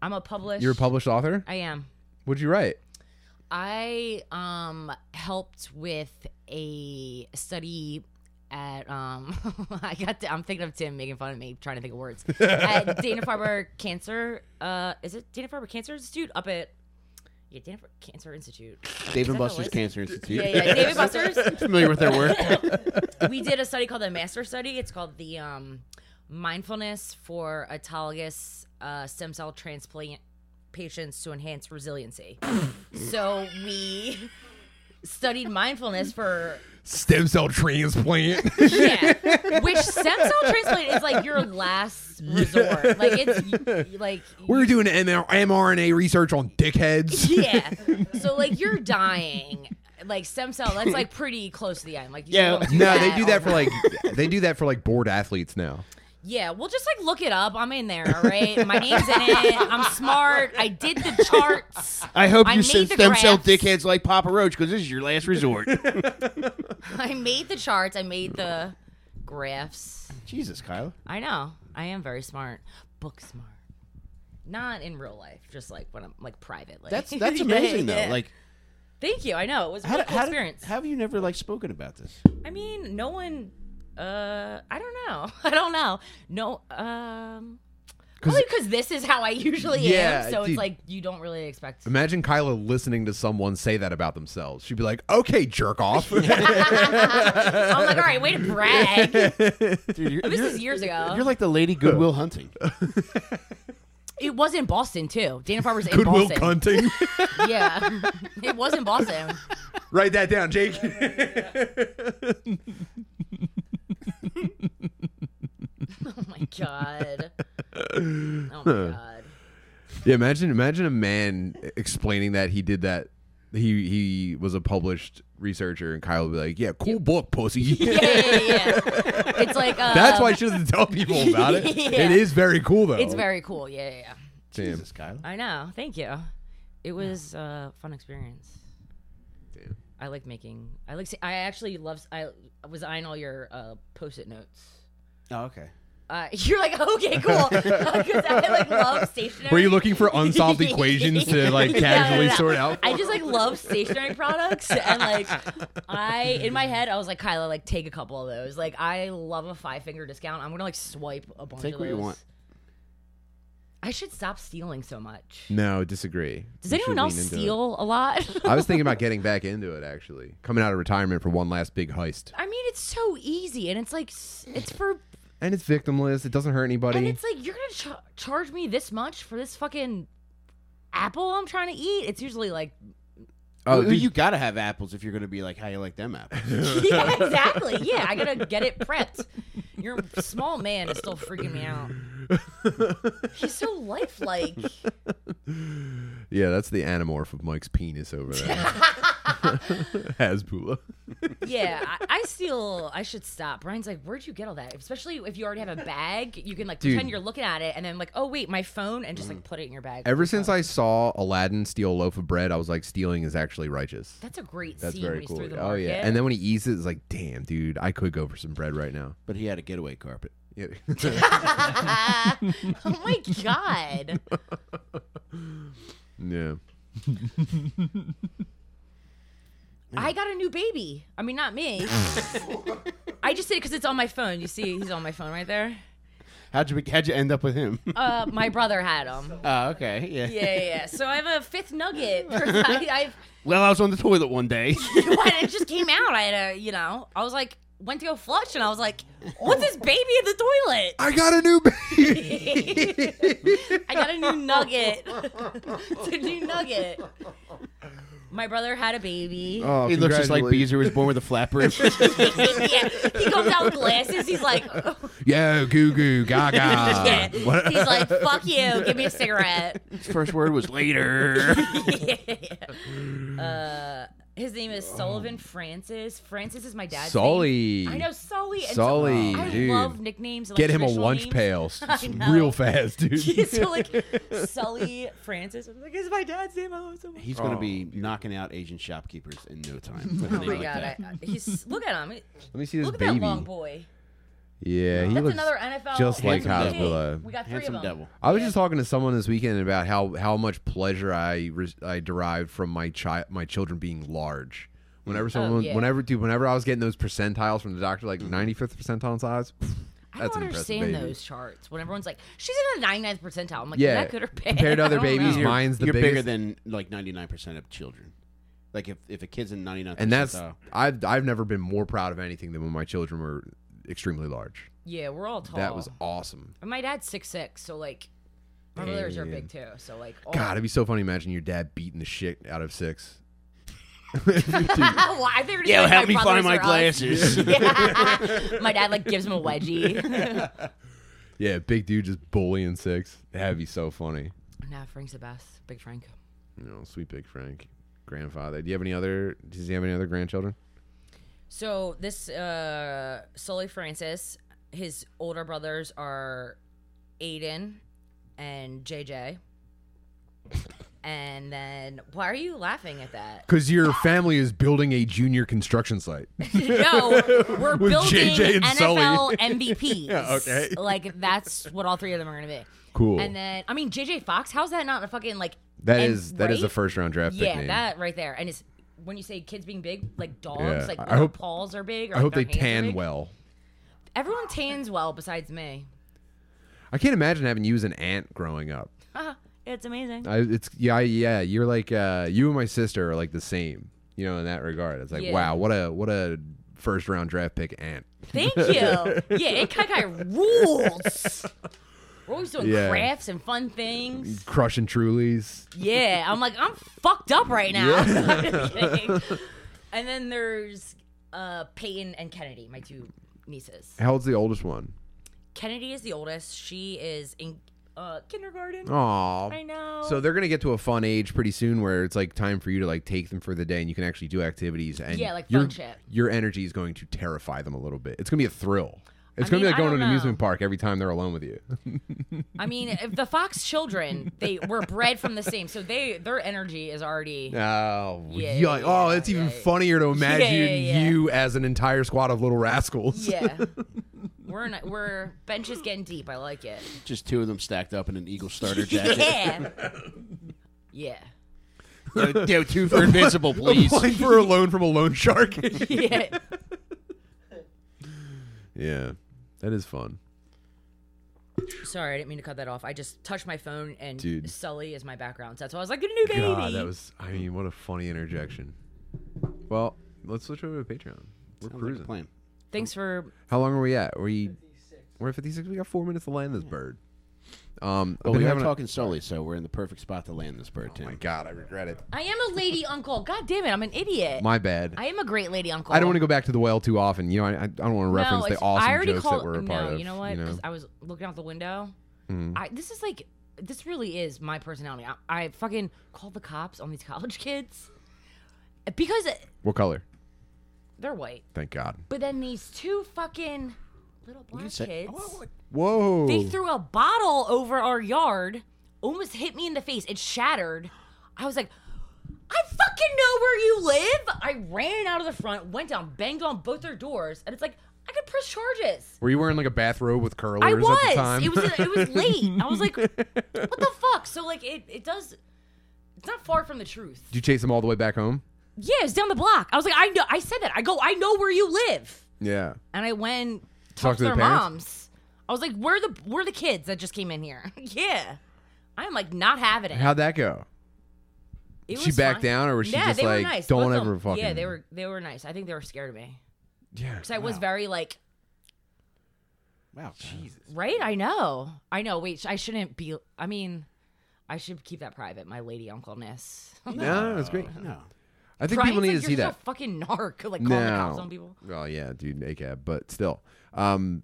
C: I'm a published.
B: You're a published author.
C: I am.
B: What'd you write?
C: I um helped with a study at um I got to, I'm thinking of Tim making fun of me trying to think of words at Dana Farber Cancer uh is it Dana Farber Cancer Institute up at yeah Dana Farber Cancer Institute
A: Dave
C: Is that
A: and
C: the
A: Buster's
C: list?
A: Cancer Institute.
C: yeah yeah David Buster's
A: Familiar with their work?
C: we did a study called the master study it's called the um, mindfulness for autologous uh, stem cell transplant patients to enhance resiliency so we studied mindfulness for
B: Stem cell transplant.
C: yeah which stem cell transplant is like your last resort like it's like
B: We're doing MR- mRNA research on dickheads.
C: yeah so like you're dying like stem cell that's like pretty close to the end like you
A: Yeah.
C: don't
B: No, they do
C: all
B: that for like they do that for like bored athletes now.
C: Yeah, well, just like look it up. I'm in there, all right? My name's in it. I'm smart. I did the charts.
A: I hope
C: I
A: you
C: made
A: send
C: the
A: stem cell
C: graphs.
A: dickheads like Papa Roach because this is your last resort.
C: I made the charts. I made the graphs.
A: Jesus, Kyle.
C: I know. I am very smart. Book smart. Not in real life, just like when I'm like privately.
A: That's that's
C: Yeah,
A: amazing
C: yeah.
A: though. Like
C: thank you. I know it was a
A: how,
C: really
A: did-
C: cool
A: how, did,
C: experience.
A: how have you never like spoken about this?
C: I mean, no one. Uh, I don't know. I don't know. No. Um. Probably because this is how I usually
B: Yeah,
C: am, so
B: dude.
C: it's like you don't really expect.
B: Imagine Kyla listening to someone say that about themselves. She'd be like, "Okay, jerk off."
C: I'm like, all right, way to brag.
A: Dude, you're,
C: Oh, This
A: you're-
C: is years ago.
A: you're like the lady Goodwill hunting.
C: it was in Boston too. Dana Farber's in
B: Goodwill
C: Boston.
B: cunting.
C: Yeah, it was in Boston.
B: Write that down, Jake.
C: Oh my god. Oh my god.
B: Yeah, imagine imagine a man explaining that he did that he he was a published researcher, and Kyle would be like, "Yeah, cool book, pussy."
C: yeah, yeah, yeah. It's like uh,
B: That's why I shouldn't tell people about it.
C: Yeah.
B: It is very cool though.
C: it's very cool. Yeah, yeah, yeah.
B: Damn.
A: Jesus, Kyle.
C: I know. Thank you. It was a uh, fun experience. I like making. I like. se- I actually love. s- I was eyeing all your uh, post-it notes.
A: Oh, okay.
C: Uh, you're like, okay, cool. Because I like love stationery.
B: Were you looking for unsolved equations to like
C: Yeah, no,
B: casually
C: no, no.
B: sort out?
C: I just like love stationery products, and like I in my head I was like, Kyla, like take a couple of those. Like I love a five finger discount. I'm gonna like swipe a bunch.
A: Take
C: of
A: what you
C: those.
A: want.
C: I should stop stealing so much.
B: No, disagree.
C: Does
B: You
C: anyone
B: should
C: else
B: lean into it.
C: steal a lot?
B: I was thinking about getting back into it actually, coming out of retirement for one last big heist,
C: I mean, it's so easy, and it's like s- it's for,
B: and it's victimless. It doesn't hurt
C: and
B: anybody.
C: it's like you're gonna char- charge me this much for this fucking apple I'm trying to eat. It's usually like,
B: oh,
A: well,
B: dude,
A: you gotta have apples if you're gonna be like how you like them apples.
C: yeah, exactly. Yeah, I gotta get it prepped. Your small man is still freaking me out. He's so lifelike.
B: yeah, that's the anamorph of Mike's penis over there. Hasbula.
C: Yeah, I, I steal. I should stop. Brian's like, where'd you get all that? Especially if you already have a bag, you can like
B: Dude.
C: pretend you're looking at it, and then like, oh wait, my phone, and just like put it in your bag.
B: Ever since I saw Aladdin steal a loaf of bread, I was like, stealing is actually righteous.
C: that's a great
B: That's
C: scene when
B: very
C: he's
B: cool.
C: through the
B: Oh
C: market.
B: yeah, and then when he eats it, it's like, damn, dude, I could go for some bread right now.
A: but he had a getaway carpet.
B: Yeah.
C: oh my god.
B: yeah.
C: I got a new baby. I mean, not me. I just did it because it's on my phone. You see, he's on my phone right there.
A: How'd you how'd you end up with him?
C: Uh, my brother had him.
A: Oh, okay. Yeah.
C: Yeah, yeah, yeah. So I have a fifth nugget. I, I've
A: Well, I was on the toilet one day.
C: when it just came out, I had a, you know, I was like, went to go flush, and I was like, what's this baby in the toilet?
B: I got a new baby.
C: I got a new nugget. it's a new nugget. My brother had a baby.
B: oh,
A: he looks just like
B: congratulations.
A: Beezer was born with a flap rib.
C: yeah, he comes out with glasses. He's like,
B: Yo, goo goo, gaga.
C: yeah.
B: Uh, What-
C: He's like, fuck you. Give me a cigarette.
A: His first word was later.
C: Uh, his name is Sullivan Francis. Francis is my dad's name.
B: Sully.
C: I know Sully. And
B: Sully,
C: I
B: dude.
C: love nicknames. and,
B: Get
C: like,
B: him a
C: traditional
B: lunch
C: names.
B: pail
C: I
B: s-
C: know.
B: real fast, dude.
C: so like Sully Francis. I'm like, it's my dad's name. I love it so much.
A: He's gonna be knocking out Asian shopkeepers in no time.
C: Oh my god, I, I- he's look at him. He-
B: Let me see this
C: Look at
B: baby.
C: that long boy.
B: Yeah, he
C: That's
B: looks
C: another NFL.
B: just like
C: MVP.
B: Hasbulla.
C: We got three
A: Handsome
C: of them.
A: devil.
B: I was just talking to someone this weekend about how how much pleasure I re- I derived from my child my children being large. Whenever someone,
C: yeah.
B: whenever dude, whenever I was getting those percentiles from the doctor, like ninety fifth percentile size. pff,
C: I
B: that's
C: don't
B: an impressive
C: understand
B: baby.
C: those charts when everyone's like, she's in the 99th percentile. I'm like,
B: Yeah,
C: is that good or bad?
B: compared to
C: I
B: other
C: don't
B: babies,
C: know.
A: You're-
B: mine's the
A: you're bigger
B: biggest.
A: than like 99 percent of children. Like if, if a kid's in 99,
B: And that's I've I've never been more proud of anything than when my children were extremely large.
C: yeah, we're all tall.
B: That was awesome.
C: And my dad's six six, so like my brothers are big too. So like, oh.
B: God, it'd be so funny. Imagine your dad beating the shit out of six.
C: Well, I figured it's
A: yeah.
C: like
A: Help me find
C: brothers
A: my
C: are us.
A: glasses.
C: my dad like gives him a wedgie.
B: Yeah, big dude just bullying six. That'd be so funny.
C: nah, Frank's the best. Big Frank.
B: You know, sweet big Frank, grandfather. Do you have any other? Does he have any other grandchildren?
C: So this uh Sully Francis, his older brothers are Aiden and JJ. and then why are you laughing at that?
B: Because your family is building a junior construction site.
C: No, we're
B: With
C: building
B: JJ and Sully.
C: NFL MVPs.
B: okay.
C: Like that's what all three of them are gonna be.
B: Cool.
C: And then I mean JJ Fox, how's that not a fucking like
B: That
C: and
B: is that is a
C: right?
B: first round draft pick
C: Yeah,
B: name.
C: that right there. And it's when you say kids being big, like dogs,
B: Yeah.
C: like
B: I
C: their
B: hope-
C: paws are big. Or
B: I hope they
C: like, their hands
B: tan
C: are big.
B: well.
C: Everyone tans well besides me.
B: I can't imagine having you as an aunt growing up.
C: Uh-huh. it's amazing.
B: I, it's yeah, I- yeah. You're like uh, you and my sister are like the same. You know, in that regard, it's like
C: Yeah.
B: wow, what a what a first round draft pick aunt.
C: Thank you. Yeah, it Kai Kai rules. We're always doing
B: Yeah.
C: crafts and fun things.
B: Crushing Trulies.
C: Yeah, I'm like, I'm fucked up right now. I'm kidding. and then there's uh, Peyton and Kennedy, my two nieces.
B: How old's the oldest one?
C: Kennedy is the oldest. She is in, uh, kindergarten.
B: Aw.
C: I know.
B: Oh. So they're gonna get to a fun age pretty soon where it's like time for you to like take them for the day and you can actually do activities and
C: Yeah, like fun
B: your,
C: shit.
B: Your energy is going to terrify them a little bit. It's gonna be a thrill. It's
C: I
B: gonna be
C: mean, I
B: like going to
C: don't
B: an amusement
C: know.
B: park every time they're alone with you. Oh,
C: I mean, if the Fox children, they were bred from the same, so they their energy is already.
B: Oh,
C: Yeah,
B: yuck. oh,
C: yeah,
B: it's even
C: yeah.
B: funnier to imagine
C: yeah, yeah.
B: you as an entire squad of little rascals.
C: Yeah, we're not, we're bench is getting deep. I like it.
A: Just two of them stacked up in an Eagle starter jacket.
C: Yeah, yeah,
A: No,
C: Oh
A: no, two for Invincible, please.
B: Applying for a loan from a loan shark.
C: yeah.
B: yeah, that is fun.
C: Sorry, I didn't mean to cut that off. I just touched my phone and
B: Dude.
C: Sully is my background. So that's why I was like, a new baby.
B: God, that was. I mean, what a funny interjection. Well, let's switch over to Patreon. We're
A: Cruising.
B: cruising.
A: Plan.
C: Thanks for
B: How long are we at? We we're at 56. We got four minutes to land this bird. Um,
A: Well,
B: I've been
A: we are
B: having a- Oh
A: talking Sully, so we're in the perfect spot to land this
C: Oh
A: bird, Tim.
B: my God, I regret it.
C: I am a lady uncle. God damn it, I'm an idiot.
B: My bad. I,
C: I am a great lady uncle.
B: don't want to go back to the whale too often. You know, I, I I don't want to reference the
C: it's-
B: awesome
C: I already
B: jokes
C: called,
B: that we're a part
C: no,
B: of. Hmm.
C: You know what? 'Cause I was looking out the window. I, this is like, this really is my personality. I, I fucking called the cops on these college kids because
B: What color?
C: they're white.
B: Thank God.
C: But then these two fucking little black
A: say-
B: "Oh,
C: kids.
B: Whoa.
C: They threw a bottle over our yard, almost hit me in the face. It shattered. I was like, I fucking know where you live. I ran out of the front, went down, banged on both their doors, and it's like, I could press charges.
B: Were you wearing like a bathrobe with curlers
C: I
B: at the
C: was.
B: time?
C: It was it was late. I was like, what the fuck? So like it it does it's not far from the truth.
B: Did you chase them all the way back home?
C: Yeah, it's down the block. I was like, I know I said that. I go, I know where you live.
B: Yeah.
C: and I went talked
B: Talk
C: to
B: to
C: their
B: the parents?
C: moms. I was like, "Where are the where are the kids that just came in here?" yeah, I'm like not having it.
B: How'd that go?
C: It
B: she
C: was
B: backed
C: fine.
B: down, or was she
C: yeah,
B: just
C: they
B: like,
C: were nice.
B: "Don't
C: Both of
B: ever
C: them- Yeah,
B: fucking-"
C: they were they were nice. I think they were scared of me
B: Yeah.
C: because I was very like,
A: Wow, Jesus.
C: right? I know, I know. Wait, sh- I shouldn't be. I mean, I should keep that private. My lady uncleness.
B: No, that's great.
A: No.
B: I think
C: Brian's
B: people need
C: like,
B: to see
C: You're
B: that.
C: such a fucking narc, like calling the
B: no.
C: cops on people.
B: Well, Oh, yeah, dude, ACAB, but still, um,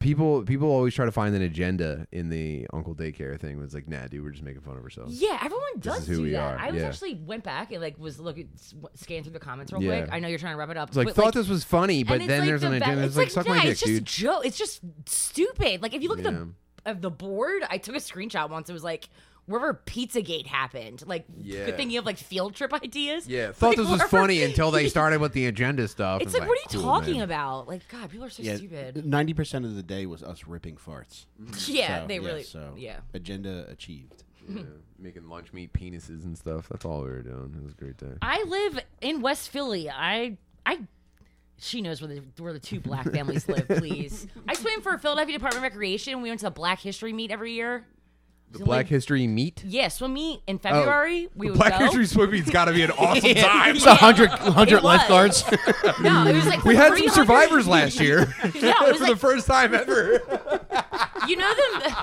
B: people people always try to find an agenda in the Uncle Daycare thing. It's like, nah, dude, we're just making fun of ourselves.
C: Yeah, everyone does
B: is who
C: do
B: we
C: that.
B: are,
C: I was
B: yeah.
C: actually went back and like was looking, s- scanned through the comments real
B: Yeah.
C: quick. I know you're trying to wrap it up.
B: It's like
C: but,
B: thought this was funny, but
C: And it's
B: then
C: like
B: there's
C: the
B: an
C: ba-
B: agenda.
C: It's like,
B: suck
C: yeah,
B: my dick,
C: it's just
B: dude.
C: joke. It's just stupid. Like if you look at the of the board, I took a screenshot once. It was like wherever Pizzagate happened. Like
B: Yeah.
C: good thing you have like field trip ideas.
B: yeah,
C: Like,
B: thought this was
C: wherever-
B: funny until they started with the agenda stuff.
C: It's
B: It was
C: like, what are you
B: cool,
C: talking
B: man.
C: about? Like God, people are so
A: Yeah,
C: stupid.
A: ninety percent of the day was us ripping farts.
C: Yeah,
A: So,
C: they really.
A: so
C: Yeah.
A: agenda achieved.
B: Yeah, making lunch meat penises and stuff. That's all we were doing. It was a great day.
C: I live in West Philly. I I she knows where the where the two black families live, please. I swam for Philadelphia Department of Recreation. We went to the Black History meet every year.
B: The Black History meat.
C: Yeah, swim meet
B: Oh.
C: in February. we would go.
B: swim meat's got to be an awesome time.
A: It's a hundred hundred
C: It was.
A: lifeguards.
C: No, it was like
B: We had some
C: 300
B: survivors last year
C: No, it was
B: for the
C: like
B: first time ever.
C: you know the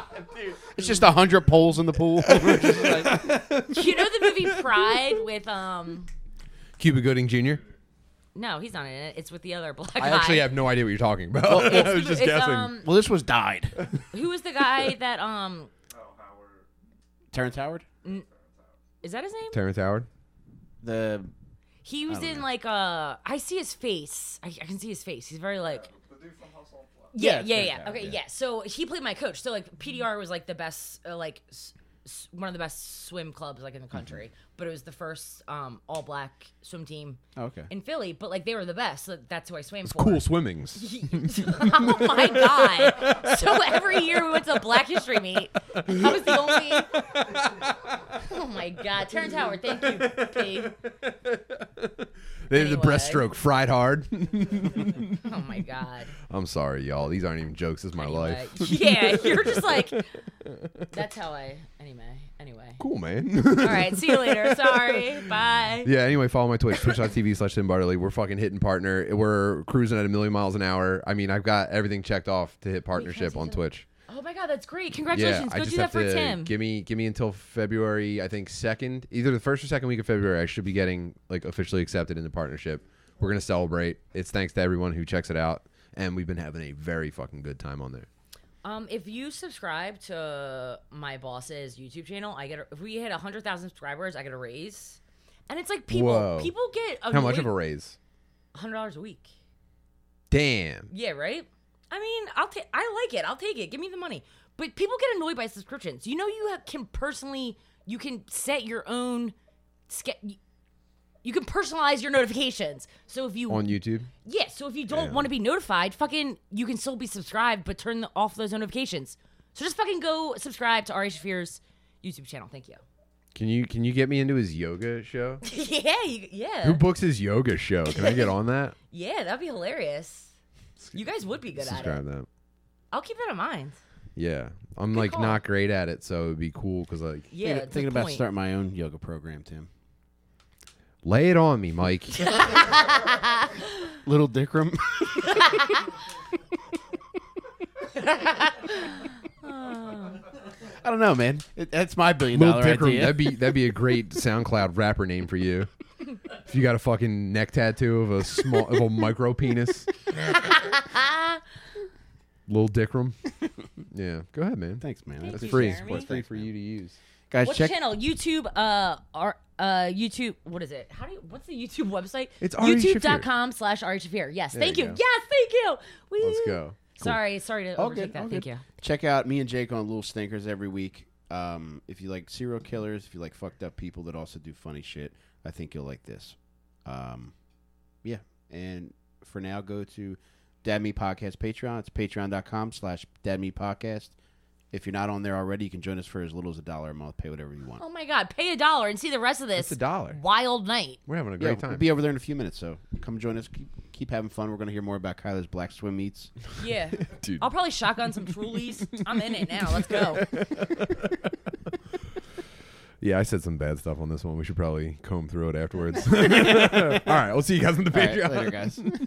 A: it's just a hundred poles in the pool. Just like-
C: you know the movie Pride with um
B: Cuba Gooding Jr.
C: no he's not in it it's with the other black
B: I
C: guy.
B: actually have no idea what you're talking about. I was just
C: it's,
B: guessing.
C: Um,
A: well, this was died.
C: who was the guy that um
E: Oh, Howard.
A: Terrence Howard,
C: is that his name?
B: Terrence Howard.
A: the
C: He was in like uh I see his face I, I can see his face he's very like
E: The dude from House on Fly.
C: yeah
A: it's
C: yeah yeah,
A: very bad,
C: okay
A: yeah.
C: yeah. so he played my coach so like PDR was like the best uh, like s- s- one of the best swim clubs like in the country
A: Mm-hmm.
C: but it was the first um all black swim team
A: oh, okay.
C: in Philly but like they were the best so that's who I swam for
B: Cool swimmings.
C: oh my god! So every year we went to the Black History meet. I was the only. Oh my god, Terrence Howard, thank you. P.
B: They did the
C: Anyway.
B: breaststroke fried hard.
C: Oh my god.
B: I'm sorry, y'all. These aren't even jokes. This is my life.
C: Anyway, Yeah, you're just like. That's how I. Anyway, anyway.
B: Cool,
C: All
B: man.
C: right, see you later. Sorry, bye.
B: yeah, anyway, follow my Twitch, twitch.tv slash Tim Bartley. We're fucking hitting partner. We're cruising at a million miles an hour. I mean, I've got everything checked off to hit partnership
C: say
B: on
C: something?
B: Twitch.
C: Oh my god, that's great!
B: Yeah,
C: Congratulations.
B: I
C: Go
B: just
C: do that
B: have
C: for
B: to
C: Tim.
B: give me give me until February, I think second, either the first or second week of February, I should be getting like officially accepted into partnership. We're gonna celebrate. It's thanks to everyone who checks it out, and we've been having a very fucking good time on there.
C: Um, if you subscribe to my boss's YouTube channel, I get a, if we hit hundred thousand subscribers, I get a raise. And it's like people
B: Whoa.
C: people get
B: How much of a raise?
C: hundred dollars a week.
B: Damn.
C: Yeah, right. I mean, I'll take. I like it. I'll take it. Give me the money. But people get annoyed by subscriptions. You know, you have, can personally, you can set your own. ske- You can personalize your notifications. So if you
B: On YouTube?
C: yeah, so if you don't want to be notified, fucking, you can still be subscribed, but turn the, off those notifications. So just fucking go subscribe to Ari Shafir's YouTube channel. Thank you.
B: Can you can you get me into his yoga show?
C: yeah, you, yeah,
B: Who books his yoga show? Can I get on that?
C: yeah. That'd be hilarious. You guys would be good at it.
B: Subscribe that.
C: I'll keep that in mind.
B: Yeah. I'm like
C: call.
B: not great at it, so it'd be cool because like
C: Yeah, it's a
A: thinking about
C: point.
A: starting my own yoga program, Tim.
B: lay it on me, Mike.
A: Little Dickram. I don't know, man. It, that's my billion
B: Lil
A: dollar
B: Dickram,
A: idea.
B: that'd be that'd be a great SoundCloud rapper name for you. If you got a fucking neck tattoo of a small of a micro penis. Lil Dickram. Yeah. Go ahead, man.
A: Thanks, man.
C: Thank
A: That's
B: It's
C: you,
B: free.
C: Jeremy.
B: It's free for you to use.
A: Guys,
C: What
A: check.
C: channel? YouTube. Uh, our uh, YouTube. What is it? How do you? What's the YouTube website?
B: It's Ari Shafir.
C: YouTube.com slash Ari Shafir. Yes, thank
B: you
C: you.
B: go.
C: Yes, thank you. Woo.
B: Let's go.
C: Sorry, sorry to
A: All
C: overtake
A: good,
C: that.
A: all
C: thank
A: good.
C: you.
A: Check out me and Jake on Little Stinkers every week. Um, if you like serial killers, if you like fucked up people that also do funny shit, I think you'll like this. Um, yeah. And for now, go to Dad Me Podcast Patreon. It's patreon.com slash Dad Me Podcast. If you're not on there already, you can join us for as little as a dollar a month. Pay whatever you want.
C: Oh my God! Pay a dollar and see the rest of this.
B: It's a dollar.
C: Wild night.
B: We're having a
A: Yeah,
B: great
A: We'll
B: time.
A: be over there in a few minutes, so come join us. Keep, keep having fun. We're going to hear more about Kyler's black swim meets.
C: Yeah.
B: Dude.
C: I'll probably shotgun some Trulies. I'm in it now. Let's go.
B: Yeah, I said some bad stuff on this one. We should probably comb through it afterwards. All right, we'll see you guys on the
A: All right,
B: Patreon.
A: later, guys.